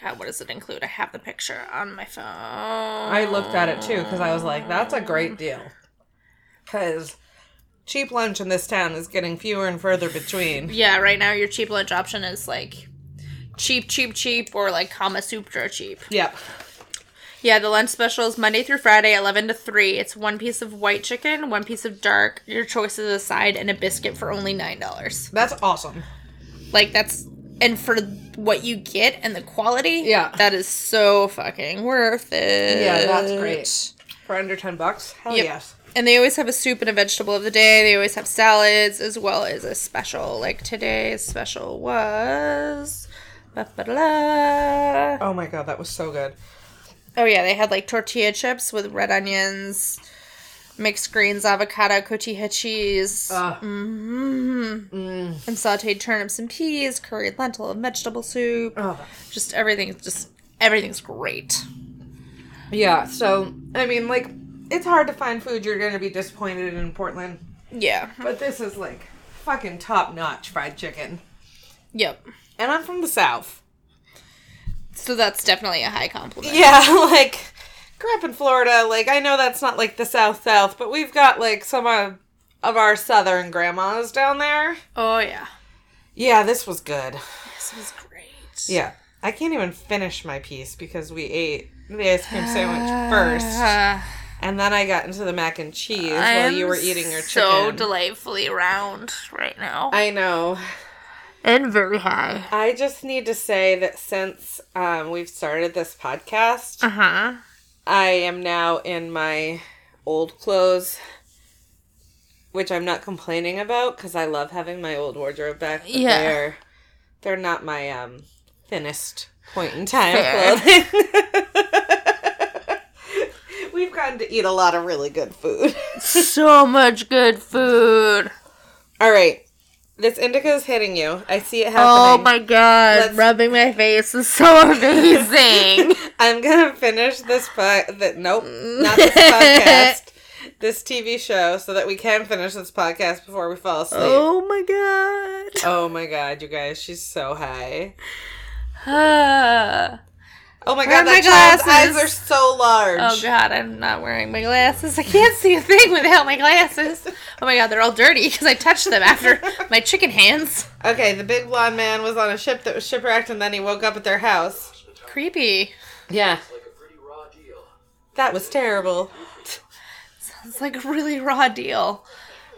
Speaker 1: God. What does it include? I have the picture on my phone. I
Speaker 2: I looked at it too because I was like, that's a great deal. Because cheap lunch in this town is getting fewer and further between.
Speaker 1: Yeah, right now your cheap lunch option is like cheap, cheap, cheap, or like Kama Sutra cheap.
Speaker 2: Yep.
Speaker 1: Yeah, the lunch special is Monday through Friday, 11 to 3. It's one piece of white chicken, one piece of dark, your choice is a side, and a biscuit for only $9.
Speaker 2: That's awesome.
Speaker 1: Like, that's. And for what you get and the quality,
Speaker 2: Yeah.
Speaker 1: that is so fucking worth it.
Speaker 2: Yeah, that's great. For under 10 bucks? Hell
Speaker 1: Yep.
Speaker 2: yes.
Speaker 1: And they always have a soup and a vegetable of the day. They always have salads as well as a special. Like today's special was. ba-ba-da-la.
Speaker 2: Oh my god, that was so good.
Speaker 1: Oh yeah, they had like tortilla chips with red onions, mixed greens, avocado, cotija cheese,
Speaker 2: Ah.
Speaker 1: Mm-hmm. and sautéed turnips and peas, curried lentil and vegetable soup.
Speaker 2: Oh.
Speaker 1: Just everything, just everything's great.
Speaker 2: Yeah, so, I mean, like, it's hard to find food you're going to be disappointed in in Portland,
Speaker 1: Yeah.
Speaker 2: but this is like fucking top notch fried chicken.
Speaker 1: Yep.
Speaker 2: And I'm from the South.
Speaker 1: So that's definitely a high compliment.
Speaker 2: Yeah, like grew up in Florida. Like I know that's not like the South South, but we've got like some of, of our Southern grandmas down there.
Speaker 1: Oh yeah.
Speaker 2: Yeah, this was good.
Speaker 1: This was great.
Speaker 2: Yeah, I can't even finish my piece because we ate the ice cream sandwich first,
Speaker 1: Uh,
Speaker 2: and then I got into the mac and cheese while
Speaker 1: I'm
Speaker 2: you were eating your chicken.
Speaker 1: so delightfully round right now
Speaker 2: I know.
Speaker 1: and very high.
Speaker 2: I just need to say that since um, we've started this podcast,
Speaker 1: Uh huh.
Speaker 2: I am now in my old clothes, which I'm not complaining about because I love having my old wardrobe back. but
Speaker 1: Yeah.
Speaker 2: they're, they're not my um thinnest point in time
Speaker 1: Fair.
Speaker 2: clothing. We've gotten to eat a lot of really good food.
Speaker 1: so much good food.
Speaker 2: All right, this indigo's hitting you. I see it
Speaker 1: Oh
Speaker 2: happening.
Speaker 1: my god,
Speaker 2: Let's-
Speaker 1: rubbing my face is so amazing.
Speaker 2: I'm gonna finish this but that nope,
Speaker 1: Mm.
Speaker 2: not this podcast. This TV show, so that we can finish this podcast before we fall asleep.
Speaker 1: oh my god.
Speaker 2: Oh my god, you guys, she's so high.
Speaker 1: Ah.
Speaker 2: Oh my
Speaker 1: Where
Speaker 2: god,
Speaker 1: are my
Speaker 2: that child's
Speaker 1: glasses?
Speaker 2: eyes are so large.
Speaker 1: oh god, I'm not wearing my glasses. I can't see a thing without my glasses. Oh my god, they're all dirty because I touched them after my chicken hands.
Speaker 2: Okay, the big blonde man was on a ship that was shipwrecked and then he woke up at their house.
Speaker 1: Creepy.
Speaker 2: Yeah.
Speaker 4: It's like a pretty raw deal.
Speaker 2: That was terrible.
Speaker 1: It's like a really raw deal.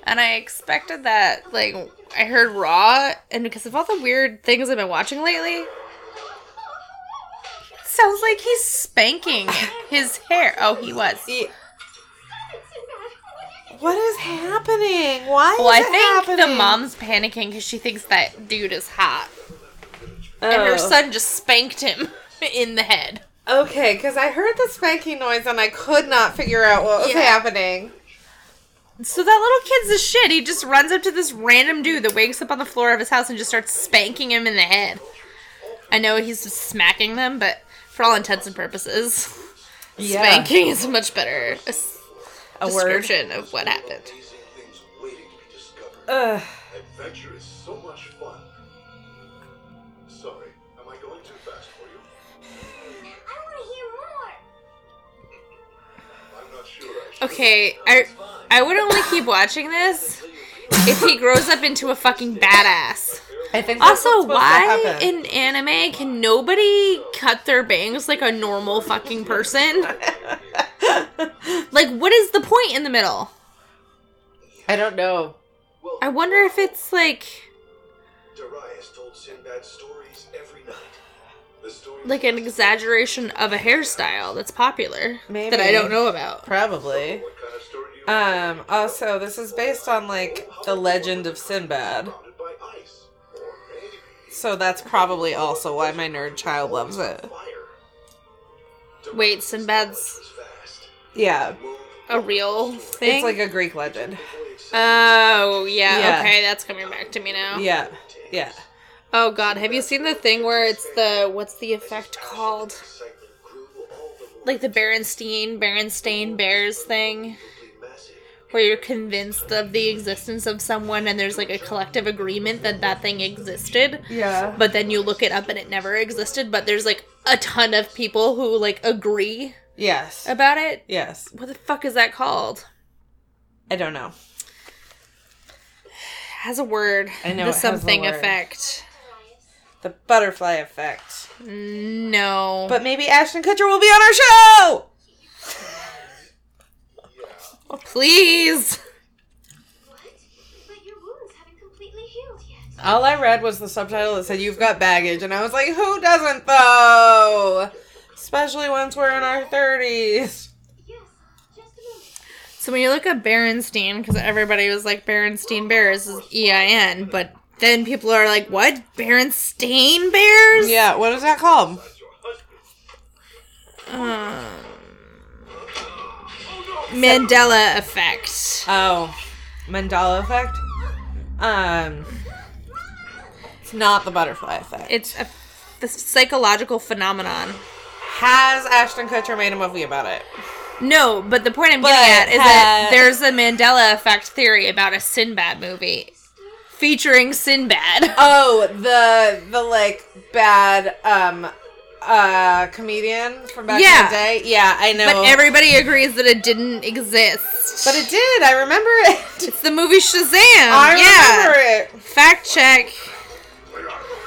Speaker 1: And I expected that, like, I heard raw, and because of all the weird things I've been watching lately, it sounds like he's spanking his hair. Oh, he was.
Speaker 2: See,
Speaker 6: It's so bad. What do you think?
Speaker 2: what is happening? Why
Speaker 1: Well,
Speaker 2: is
Speaker 1: I
Speaker 2: it
Speaker 1: think the
Speaker 2: happening?
Speaker 1: mom's panicking because she thinks that dude is hot.
Speaker 2: oh.
Speaker 1: And her son just spanked him in the head.
Speaker 2: Okay, because I heard the spanking noise and I could not figure out what was
Speaker 1: Yeah.
Speaker 2: happening.
Speaker 1: So that little kid's a shit. He just runs up to this random dude that wakes up on the floor of his house and just starts spanking him in the head. I know he's just smacking them, but for all intents and purposes, spanking is a much better s-
Speaker 2: A word.
Speaker 1: description of what happened.
Speaker 4: Amazing things waiting to be discovered.
Speaker 2: Ugh.
Speaker 4: Adventure is so much fun. Sorry, am I going too fast for you?
Speaker 6: I want to hear more.
Speaker 4: I'm not sure I should.
Speaker 1: Okay, I I would only keep watching this if he grows up into a fucking badass.
Speaker 2: I think that's what's
Speaker 1: Also,
Speaker 2: supposed to
Speaker 1: why
Speaker 2: happen.
Speaker 1: in anime can nobody cut their bangs like a normal fucking person? like, what is the point in the middle?
Speaker 2: I don't know.
Speaker 1: I wonder if it's like
Speaker 4: Darius told Sinbad stories every night. The stories
Speaker 1: like an exaggeration of a hairstyle that's popular that I
Speaker 2: Maybe.
Speaker 1: don't know about.
Speaker 2: Probably.
Speaker 4: What kind of story do you
Speaker 2: Um, also, this is based on like the legend of Sinbad,
Speaker 4: surrounded by ice? Or maybe
Speaker 2: so that's probably also why my nerd child loves it.
Speaker 4: fire.
Speaker 1: Wait, Sinbad's
Speaker 4: It's fast.
Speaker 2: Yeah,
Speaker 1: a real thing.
Speaker 2: it's like a Greek legend.
Speaker 1: oh yeah,
Speaker 2: Yeah.
Speaker 1: okay, that's coming back to me now.
Speaker 2: Yeah, yeah.
Speaker 1: Oh God, have you seen the thing where it's the what's the effect called?
Speaker 4: Excitement grew all the more
Speaker 1: Like the Berenstain Berenstain Bears thing, where you're convinced of the existence of someone, and there's like a collective agreement that that thing existed.
Speaker 2: Yeah.
Speaker 1: But then you look it up and it never existed. But there's like a ton of people who like agree
Speaker 2: Yes.
Speaker 1: about it.
Speaker 2: Yes.
Speaker 1: What the fuck is that called?
Speaker 2: I don't know.
Speaker 1: It has a word.
Speaker 2: I know
Speaker 1: The
Speaker 2: it has a
Speaker 1: something
Speaker 2: word.
Speaker 1: effect.
Speaker 2: The butterfly effect.
Speaker 1: No.
Speaker 2: But maybe Ashton Kutcher will be on our show.
Speaker 1: please.
Speaker 6: What? But your wounds haven't completely healed yet.
Speaker 2: All I read was the subtitle that said "You've got baggage," and I was like, "Who doesn't though?" Especially once we're in our thirties.
Speaker 6: Yes, just a moment.
Speaker 1: So when you look up Berenstain, because everybody was like Berenstain Bears is E I N, but then people are like, what Berenstain Bears?
Speaker 2: Yeah. What is that called?
Speaker 1: Mandela effect.
Speaker 2: Oh, mandala effect. Um, it's not the butterfly effect.
Speaker 1: It's a the psychological phenomenon.
Speaker 2: Has Ashton Kutcher made a movie about it?
Speaker 1: No, but the point I'm getting
Speaker 2: But
Speaker 1: at is that
Speaker 2: ha-
Speaker 1: there's a Mandela effect theory about a Sinbad movie featuring Sinbad.
Speaker 2: Oh, the the like bad um uh comedian from back
Speaker 1: Yeah.
Speaker 2: in the day. Yeah, I know.
Speaker 1: But everybody agrees that it didn't exist.
Speaker 2: But it did. I remember it.
Speaker 1: it's the movie Shazam.
Speaker 2: I
Speaker 1: yeah.
Speaker 2: remember it.
Speaker 1: Fact check.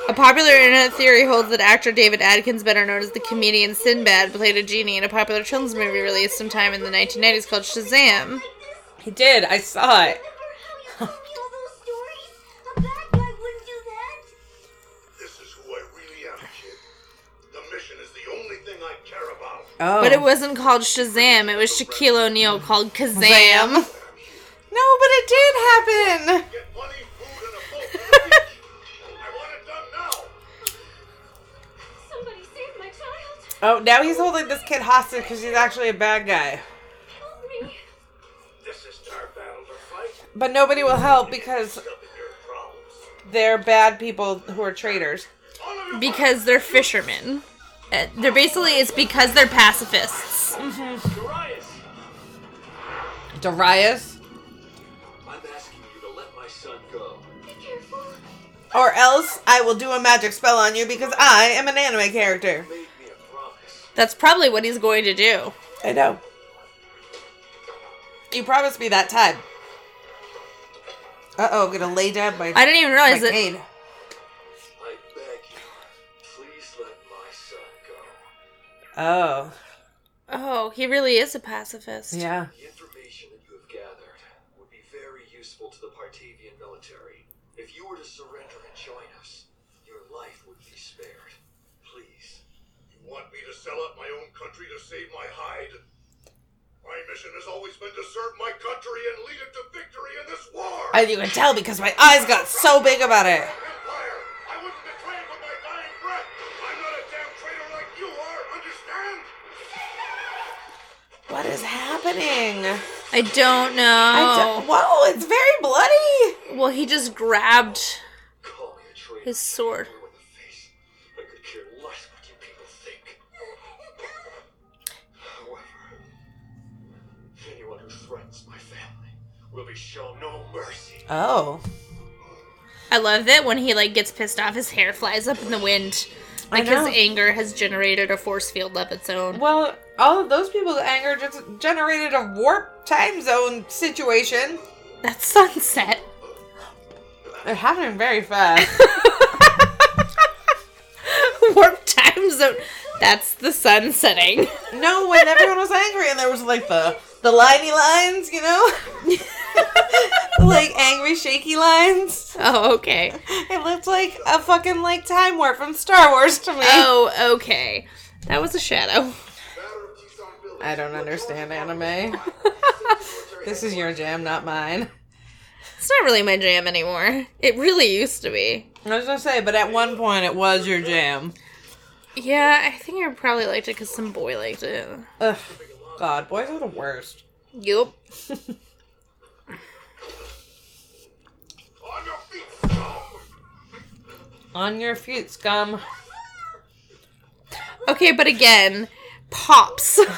Speaker 1: A popular internet theory holds that actor David Adkins, better known as the comedian Sinbad, played a genie in a popular children's movie released sometime in the 1990s called Shazam.
Speaker 2: He did. I saw it.
Speaker 6: Remember how you told me all those stories? A bad guy wouldn't do that.
Speaker 5: This is who I really am, kid. The mission is the only thing I care about.
Speaker 2: Oh,
Speaker 1: But it wasn't called Shazam, it was Shaquille O'Neal called
Speaker 2: Zam. No,
Speaker 1: Kazam.
Speaker 2: but it did happen.
Speaker 5: Get money, food, and a boat to the beach. I want it done now.
Speaker 6: Somebody save my
Speaker 2: Oh,
Speaker 6: child.
Speaker 2: now he's holding this kid hostage because he's actually a bad guy.
Speaker 6: Help me.
Speaker 5: This is our battle to fight.
Speaker 2: But nobody will help because
Speaker 5: Stop your problems.
Speaker 2: they're bad people who are traitors.
Speaker 5: All of you
Speaker 1: Because they're fishermen. Uh, They're basically, it's because they're pacifists.
Speaker 5: Darius.
Speaker 2: Darius,
Speaker 5: I'm asking you to let my son go.
Speaker 6: Be careful.
Speaker 2: or else I will do a magic spell on you because I am an anime character.
Speaker 5: Made me a promise.
Speaker 1: That's probably what he's going to do.
Speaker 2: I know. You promised me that time. Uh oh, I'm gonna lay down my,
Speaker 1: I didn't even
Speaker 2: my
Speaker 1: realize that.
Speaker 2: cane.
Speaker 5: I beg you, please let my son go.
Speaker 2: Oh,
Speaker 1: Oh, he really is a pacifist.
Speaker 2: yeah.
Speaker 4: The information that you have gathered would be very useful to the Partavian military. If you were to surrender and join us, your life would be spared. Please.
Speaker 5: You want me to sell out my own country to save my hide? My mission has always been to serve my country and lead it to victory in this war.
Speaker 2: And you can tell because my eyes got so big about it.
Speaker 5: Empire. I wouldn't betray it with my dying breath. I'm not a damn traitor like you are. Understand?
Speaker 2: What is happening?
Speaker 1: I don't know.
Speaker 2: I don't- Whoa, it's very bloody.
Speaker 1: Well, he just grabbed
Speaker 4: Call me a traitor.
Speaker 1: his sword.
Speaker 4: Blue in the face. I could care less what you people think. However, anyone who threatens my family will be shown no mercy.
Speaker 2: Oh.
Speaker 1: I love that when he like gets pissed off, his hair flies up in the wind,
Speaker 2: I
Speaker 1: like his
Speaker 2: know.
Speaker 1: anger has generated a force field of its own.
Speaker 2: Well, all of those people's anger just generated a warp time zone situation.
Speaker 1: That sunset.
Speaker 2: It happened very fast.
Speaker 1: Warp time zone. That's the sun setting.
Speaker 2: no, when everyone was angry and there was like the the liney lines, you know, like angry shaky lines.
Speaker 1: Oh, okay.
Speaker 2: It looked like a fucking like time warp from Star Wars to me.
Speaker 1: Oh, okay. That was a shadow.
Speaker 5: Matter of Tucson Village.
Speaker 2: I don't understand anime. this is your jam, not mine.
Speaker 1: It's not really my jam anymore. It really used to be.
Speaker 2: I was gonna say, but at one point it was your jam.
Speaker 1: Yeah, I think I probably liked it because some boy liked it.
Speaker 2: Ugh, God, boys are the worst.
Speaker 1: Yup.
Speaker 5: On your feet. Go.
Speaker 2: On your feet, scum.
Speaker 1: Okay, but again, pops.
Speaker 4: Brunson.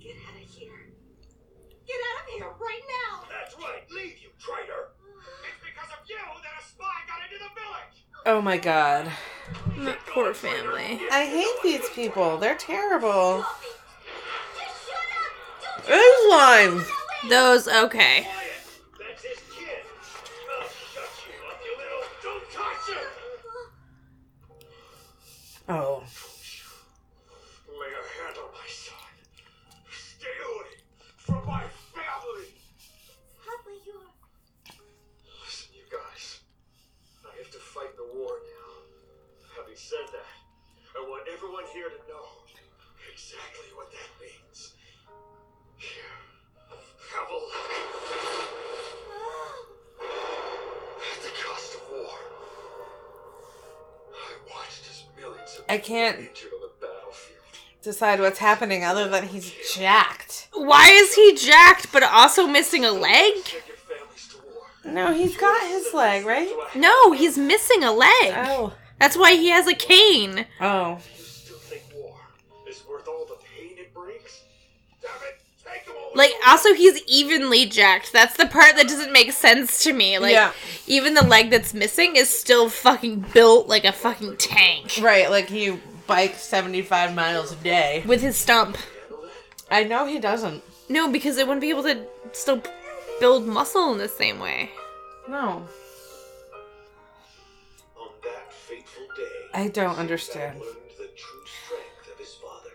Speaker 6: Get out of here. Get out of here right now.
Speaker 4: That's right. Leave, you traitor. It's because of you that a spy got into the village.
Speaker 2: Oh my god.
Speaker 1: Poor family.
Speaker 2: I hate these people. They're terrible.
Speaker 6: Stop it. Just shut up. Don't you
Speaker 2: Those limes.
Speaker 1: Those okay.
Speaker 4: Quiet. That's his kid. I'll shut you up, you little. Don't touch him.
Speaker 2: Oh.
Speaker 4: Lay a hand on my son. Stay away from my family.
Speaker 6: Papa, you are
Speaker 4: Listen, you guys. I have to fight the war now. Having said that, I want everyone here to know exactly what that means. Here, have a look. At the cost of war, I watched as millions of
Speaker 2: I can't-
Speaker 4: people injured on the battlefield.
Speaker 2: Decide what's happening other than he's jacked.
Speaker 1: Why is he jacked but also missing a leg?
Speaker 4: Send your families to war.
Speaker 2: No, he's got his leg, right?
Speaker 4: Do I have
Speaker 1: No, he's missing a leg.
Speaker 2: Oh.
Speaker 1: That's why he has a cane.
Speaker 2: Oh.
Speaker 4: to still think war is worth all the pain it brings? Damn it! Take them all.
Speaker 1: Like also he's evenly jacked. That's the part that doesn't make sense to me. Like
Speaker 2: Yeah.
Speaker 1: even the leg that's missing is still fucking built like a fucking tank
Speaker 2: Right, like he bikes 75 miles a day.
Speaker 1: with his stump.
Speaker 2: I know he doesn't.
Speaker 1: No, because it wouldn't be able to still build muscle in the same way.
Speaker 2: No.
Speaker 4: On that fateful day,
Speaker 2: I don't
Speaker 4: Zigzag
Speaker 2: understand.
Speaker 4: learned the true strength of his father.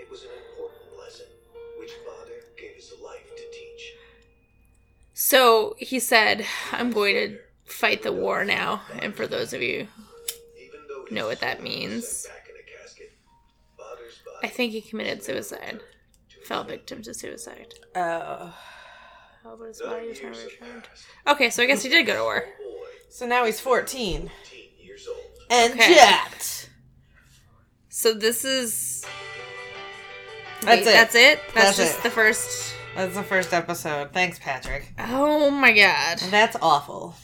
Speaker 4: It was an important lesson, which father gave his life to teach.
Speaker 1: So he said, I'm going to fight the war now. And for those of you,
Speaker 4: Even though his
Speaker 1: Know what that
Speaker 4: soul was sent
Speaker 1: means?
Speaker 4: Back in a casket, father's body
Speaker 1: I think he committed suicide. Fell victim to suicide.
Speaker 2: Oh.
Speaker 1: Oh, but his
Speaker 4: Nine
Speaker 1: body was never
Speaker 4: years have
Speaker 1: returned.
Speaker 4: passed.
Speaker 1: Okay, so I guess he did go to war.
Speaker 4: Boy,
Speaker 2: So now he's 14.
Speaker 4: 18 years old.
Speaker 2: And
Speaker 1: Okay.
Speaker 2: jacked.
Speaker 1: So this is.
Speaker 2: That's it.
Speaker 1: That's it. That's,
Speaker 2: That's
Speaker 1: just
Speaker 2: it.
Speaker 1: the first.
Speaker 2: That's the first episode. Thanks, Patrick.
Speaker 1: Oh my god!
Speaker 2: That's awful.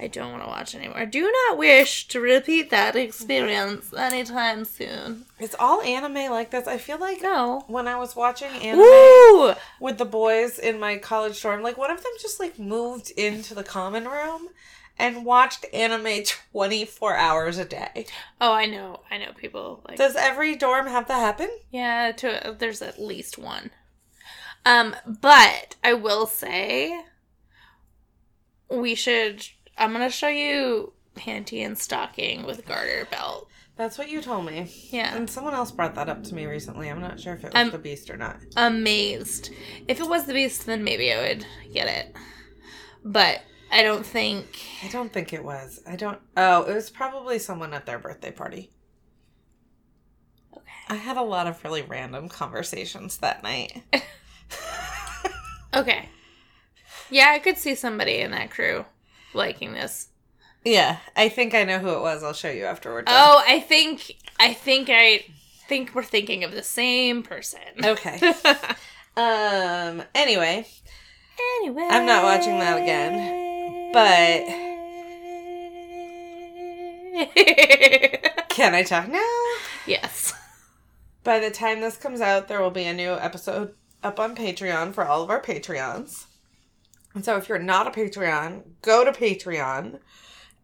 Speaker 1: I don't want to watch anymore. I do not wish to repeat that experience anytime soon.
Speaker 2: It's all anime like this. I feel like uh,
Speaker 1: No.
Speaker 2: when I was watching anime
Speaker 1: Woo!
Speaker 2: with the boys in my college dorm, like one of them just like moved into the common room and watched anime 24 hours a day.
Speaker 1: Oh, I know. I know people like.
Speaker 2: Does every dorm have that happen?
Speaker 1: Yeah, to, there's at least one. Um, but I will say we should. I'm gonna show you panty and stocking with garter belt.
Speaker 2: That's what you told me.
Speaker 1: Yeah,
Speaker 2: And someone else brought that up to me recently. I'm not sure if it was
Speaker 1: Um,
Speaker 2: the beast or not.
Speaker 1: amazed. If it was the beast, then maybe I would get it. But I don't think.
Speaker 2: I don't think it was. I don't. Oh, it was probably someone at their birthday party. I had a lot of really random conversations that night.
Speaker 1: Okay. Yeah, I could see somebody in that crew liking this.
Speaker 2: yeah, I think I know who it was. I'll show you after we're done.
Speaker 1: Oh, I think. I think I think we're thinking of the same person.
Speaker 2: Okay. um. Anyway,
Speaker 1: Anyway,
Speaker 2: I'm not watching that
Speaker 1: again. But
Speaker 2: can I talk now?
Speaker 1: yes,
Speaker 2: By the time this comes out, there will be a new episode up on Patreon for all of our Patreons. And so if you're not a Patreon, go to Patreon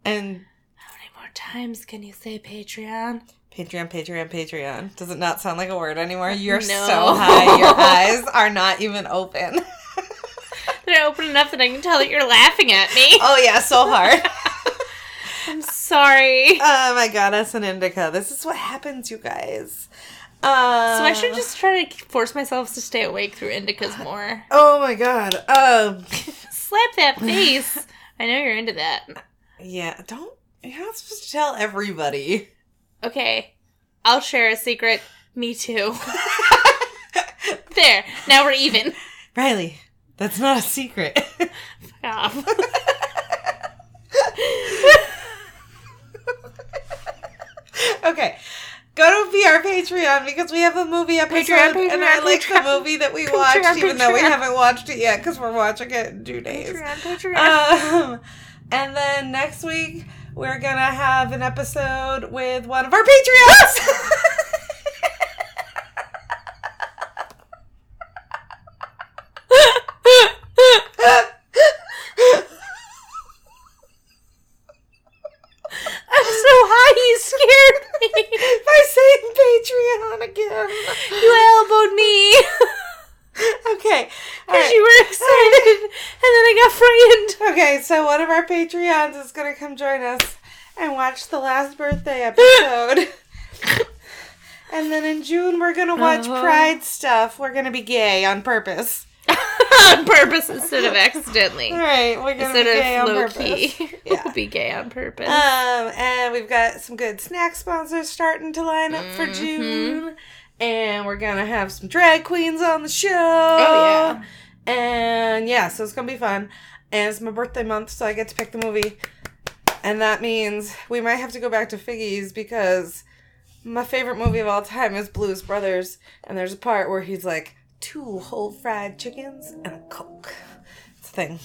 Speaker 2: and
Speaker 1: how many more times can you say Patreon?
Speaker 2: Patreon, Patreon, Patreon. Does it not sound like a word anymore? You're
Speaker 1: No.
Speaker 2: so high. Your eyes are not even open.
Speaker 1: They're open enough that I can tell that you're laughing at me.
Speaker 2: oh, yeah, so hard.
Speaker 1: I'm sorry.
Speaker 2: oh my god, that's an indica. This is what happens, you guys. Uh,
Speaker 1: so I should just try to force myself to stay awake through indicas more.
Speaker 2: Oh my god. Um.
Speaker 1: Slap that face. I know you're into that.
Speaker 2: Yeah, don't. You're not supposed to tell everybody.
Speaker 1: Okay, I'll share a secret. Me too. there. Now we're even.
Speaker 2: Riley, that's not a secret.
Speaker 1: off.
Speaker 2: okay. Go to be our Patreon because we have a movie episode,
Speaker 1: Patreon,
Speaker 2: and I
Speaker 1: Patreon,
Speaker 2: like
Speaker 1: Patreon.
Speaker 2: the movie that we
Speaker 1: Patreon,
Speaker 2: watched, even though we
Speaker 1: Patreon.
Speaker 2: haven't watched it yet because we're watching it in two days.
Speaker 1: Patreon, Patreon.
Speaker 2: Um, and then next week we're gonna have an episode with one of our Patreons.
Speaker 1: I'm so high, you scared me.
Speaker 2: By saying Patreon again.
Speaker 1: You elbowed me
Speaker 2: Okay. all
Speaker 1: because
Speaker 2: right.
Speaker 1: you were excited, and then I got frightened.
Speaker 2: Okay, so one of our Patreons is gonna come join us and watch the last birthday episode. and then in June we're gonna watch
Speaker 1: Uh-huh.
Speaker 2: Pride stuff. We're gonna be gay on purpose.
Speaker 1: on purpose instead of accidentally.
Speaker 2: Alright, we're gonna be gay
Speaker 1: Instead
Speaker 2: on
Speaker 1: of low
Speaker 2: purpose.
Speaker 1: key,
Speaker 2: Yeah.
Speaker 1: be gay on purpose.
Speaker 2: Um, and we've got some good snack sponsors starting to line up for June. And we're gonna have some drag queens on the show.
Speaker 1: Oh,
Speaker 2: yeah. And yeah, so it's gonna be fun. And it's my birthday month, so I get to pick the movie. And that means we might have to go back to Figgy's because my favorite movie of all time is Blues Brothers. And there's a part where he's like, two whole fried chickens and a Coke. It's a thing.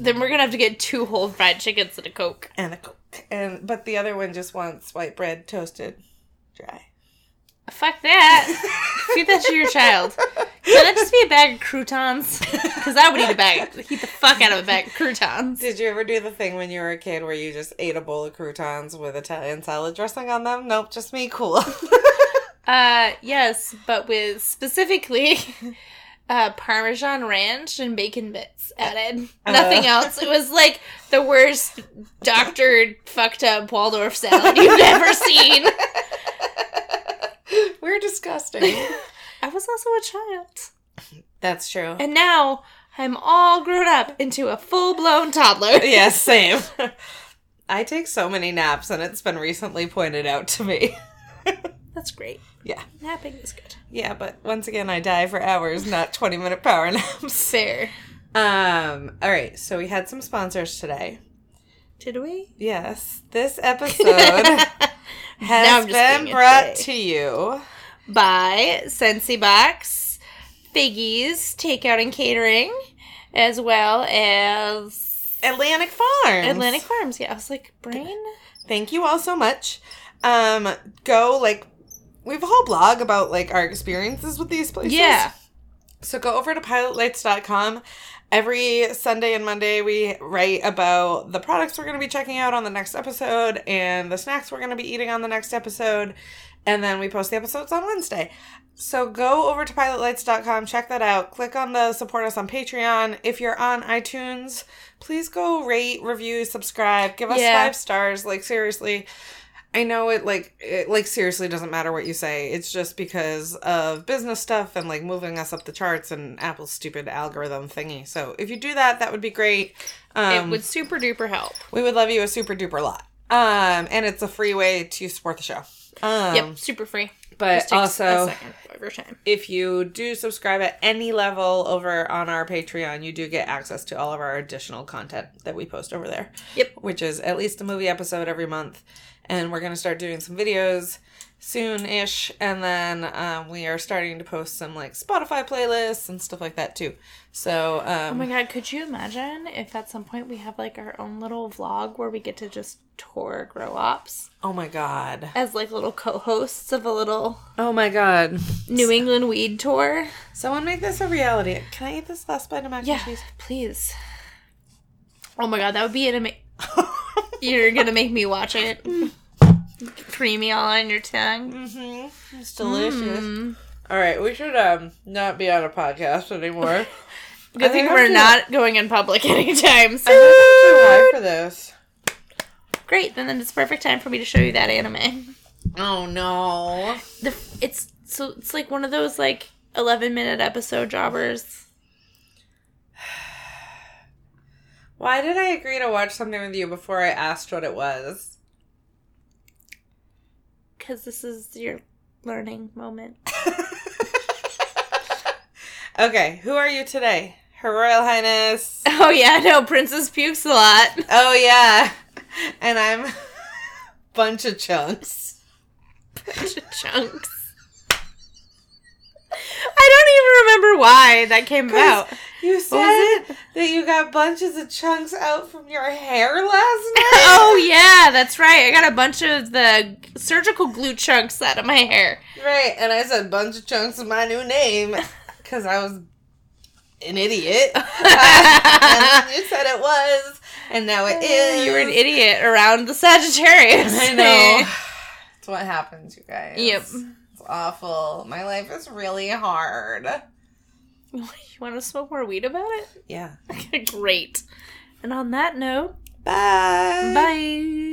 Speaker 1: then we're gonna have to get two whole fried chickens and a coke.
Speaker 2: and a coke. And but the other one just wants white bread toasted dry.
Speaker 1: Fuck that. Feed that to your child. Can that just be a bag of croutons? Because I would eat a bag, eat the fuck out of a bag of croutons.
Speaker 2: Did you ever do the thing when you were a kid where you just ate a bowl of croutons with Italian salad dressing on them? Nope, just me. Cool.
Speaker 1: Uh, yes, but with specifically uh, Parmesan ranch and bacon bits added. Nothing else. It was like the worst doctored, fucked up Waldorf salad you've ever seen.
Speaker 2: we're disgusting.
Speaker 1: I was also a child.
Speaker 2: That's true.
Speaker 1: And now I'm all grown up into a full blown toddler.
Speaker 2: yeah, same. I take so many naps, and it's been recently pointed out to me.
Speaker 1: That's great.
Speaker 2: Yeah.
Speaker 1: Napping is good.
Speaker 2: Yeah, but once again, I die for hours, not 20 minute power naps.
Speaker 1: Fair.
Speaker 2: Um, all right, so we had some sponsors today.
Speaker 1: Did we?
Speaker 2: Yes, this episode
Speaker 1: Now
Speaker 2: has
Speaker 1: I'm just being
Speaker 2: been
Speaker 1: a
Speaker 2: brought
Speaker 1: dick.
Speaker 2: to you.
Speaker 1: By Sensi Box, Figgies Takeout and Catering, as well as
Speaker 2: Atlantic Farms.
Speaker 1: Atlantic Farms. Yeah, I was like, brain?
Speaker 2: Thank you all so much. Um, go like we have a whole blog about like our experiences with these places.
Speaker 1: Yeah.
Speaker 2: So go over to pilotlights.com. Every Sunday and Monday, we write about the products we're going to be checking out on the next episode and the snacks we're going to be eating on the next episode. And then we post the episodes on Wednesday. So go over to pilotlights.com, check that out. Click on the support us on Patreon. If you're on iTunes, please go rate, review, subscribe, give us
Speaker 1: Yeah.
Speaker 2: five stars. Like, seriously. I know it like it like seriously doesn't matter what you say. It's just because of business stuff and like moving us up the charts and Apple's stupid algorithm thingy. So if you do that, that would be great. Um,
Speaker 1: it would super duper help.
Speaker 2: we would love you a super duper lot. Um, and it's a free way to support the show. Um,
Speaker 1: yep, super free.
Speaker 2: but
Speaker 1: Just takes a
Speaker 2: also
Speaker 1: second of your time.
Speaker 2: if you do subscribe at any level over on our Patreon, you do get access to all of our additional content that we post over there.
Speaker 1: Yep.
Speaker 2: Which is at least a movie episode every month. And we're going to start doing some videos soon ish. And then um, we are starting to post some like Spotify playlists and stuff like that too. So,
Speaker 1: Oh
Speaker 2: um,
Speaker 1: my god, could you imagine if at some point we have like our own little vlog where we get to just tour grow ups
Speaker 2: oh my God.
Speaker 1: as like little co hosts of a little
Speaker 2: Oh my God.
Speaker 1: New England weed tour?
Speaker 2: Someone make this a reality. Can I eat this last bite of mac and cheese?
Speaker 1: please. Oh my god, that would be an amazing. You're gonna make me watch it. Creamy all on your
Speaker 2: Mm.
Speaker 1: tongue.
Speaker 2: Mm-hmm. It's delicious. All right, we should um not be on a podcast anymore.
Speaker 1: Good thing
Speaker 2: think
Speaker 1: we're
Speaker 2: I'm
Speaker 1: not going in public anytime
Speaker 2: Too
Speaker 1: soon.
Speaker 2: high for this.
Speaker 1: Great, then it's perfect time for me to show you that anime.
Speaker 2: Oh no.
Speaker 1: The f- it's so it's like one of those like eleven minute episode jobbers.
Speaker 2: Why did I agree to watch something with you before I asked what it was?
Speaker 1: Cause this is your learning moment.
Speaker 2: Okay, who are you today? Her Royal Highness.
Speaker 1: Oh yeah, no, Princess pukes a lot.
Speaker 2: Oh yeah. And I'm bunch of chunks.
Speaker 1: chunks. I don't even remember why that came about.
Speaker 2: You
Speaker 1: was
Speaker 2: said that you got bunches of chunks out from your hair last night.
Speaker 1: oh yeah, that's right. I got a bunch of the surgical glue chunks out of my hair.
Speaker 2: Right, and I said bunch of chunks is my new name because I was an idiot. and then you said it was, and now it is.
Speaker 1: You were an idiot around the Sagittarius.
Speaker 2: I know. It's what happens, you guys.
Speaker 1: Yep.
Speaker 2: It's awful. My life is really hard.
Speaker 1: you want to smoke more weed about
Speaker 2: Yeah.
Speaker 1: it? Great. And on that note,
Speaker 2: Bye.
Speaker 1: bye.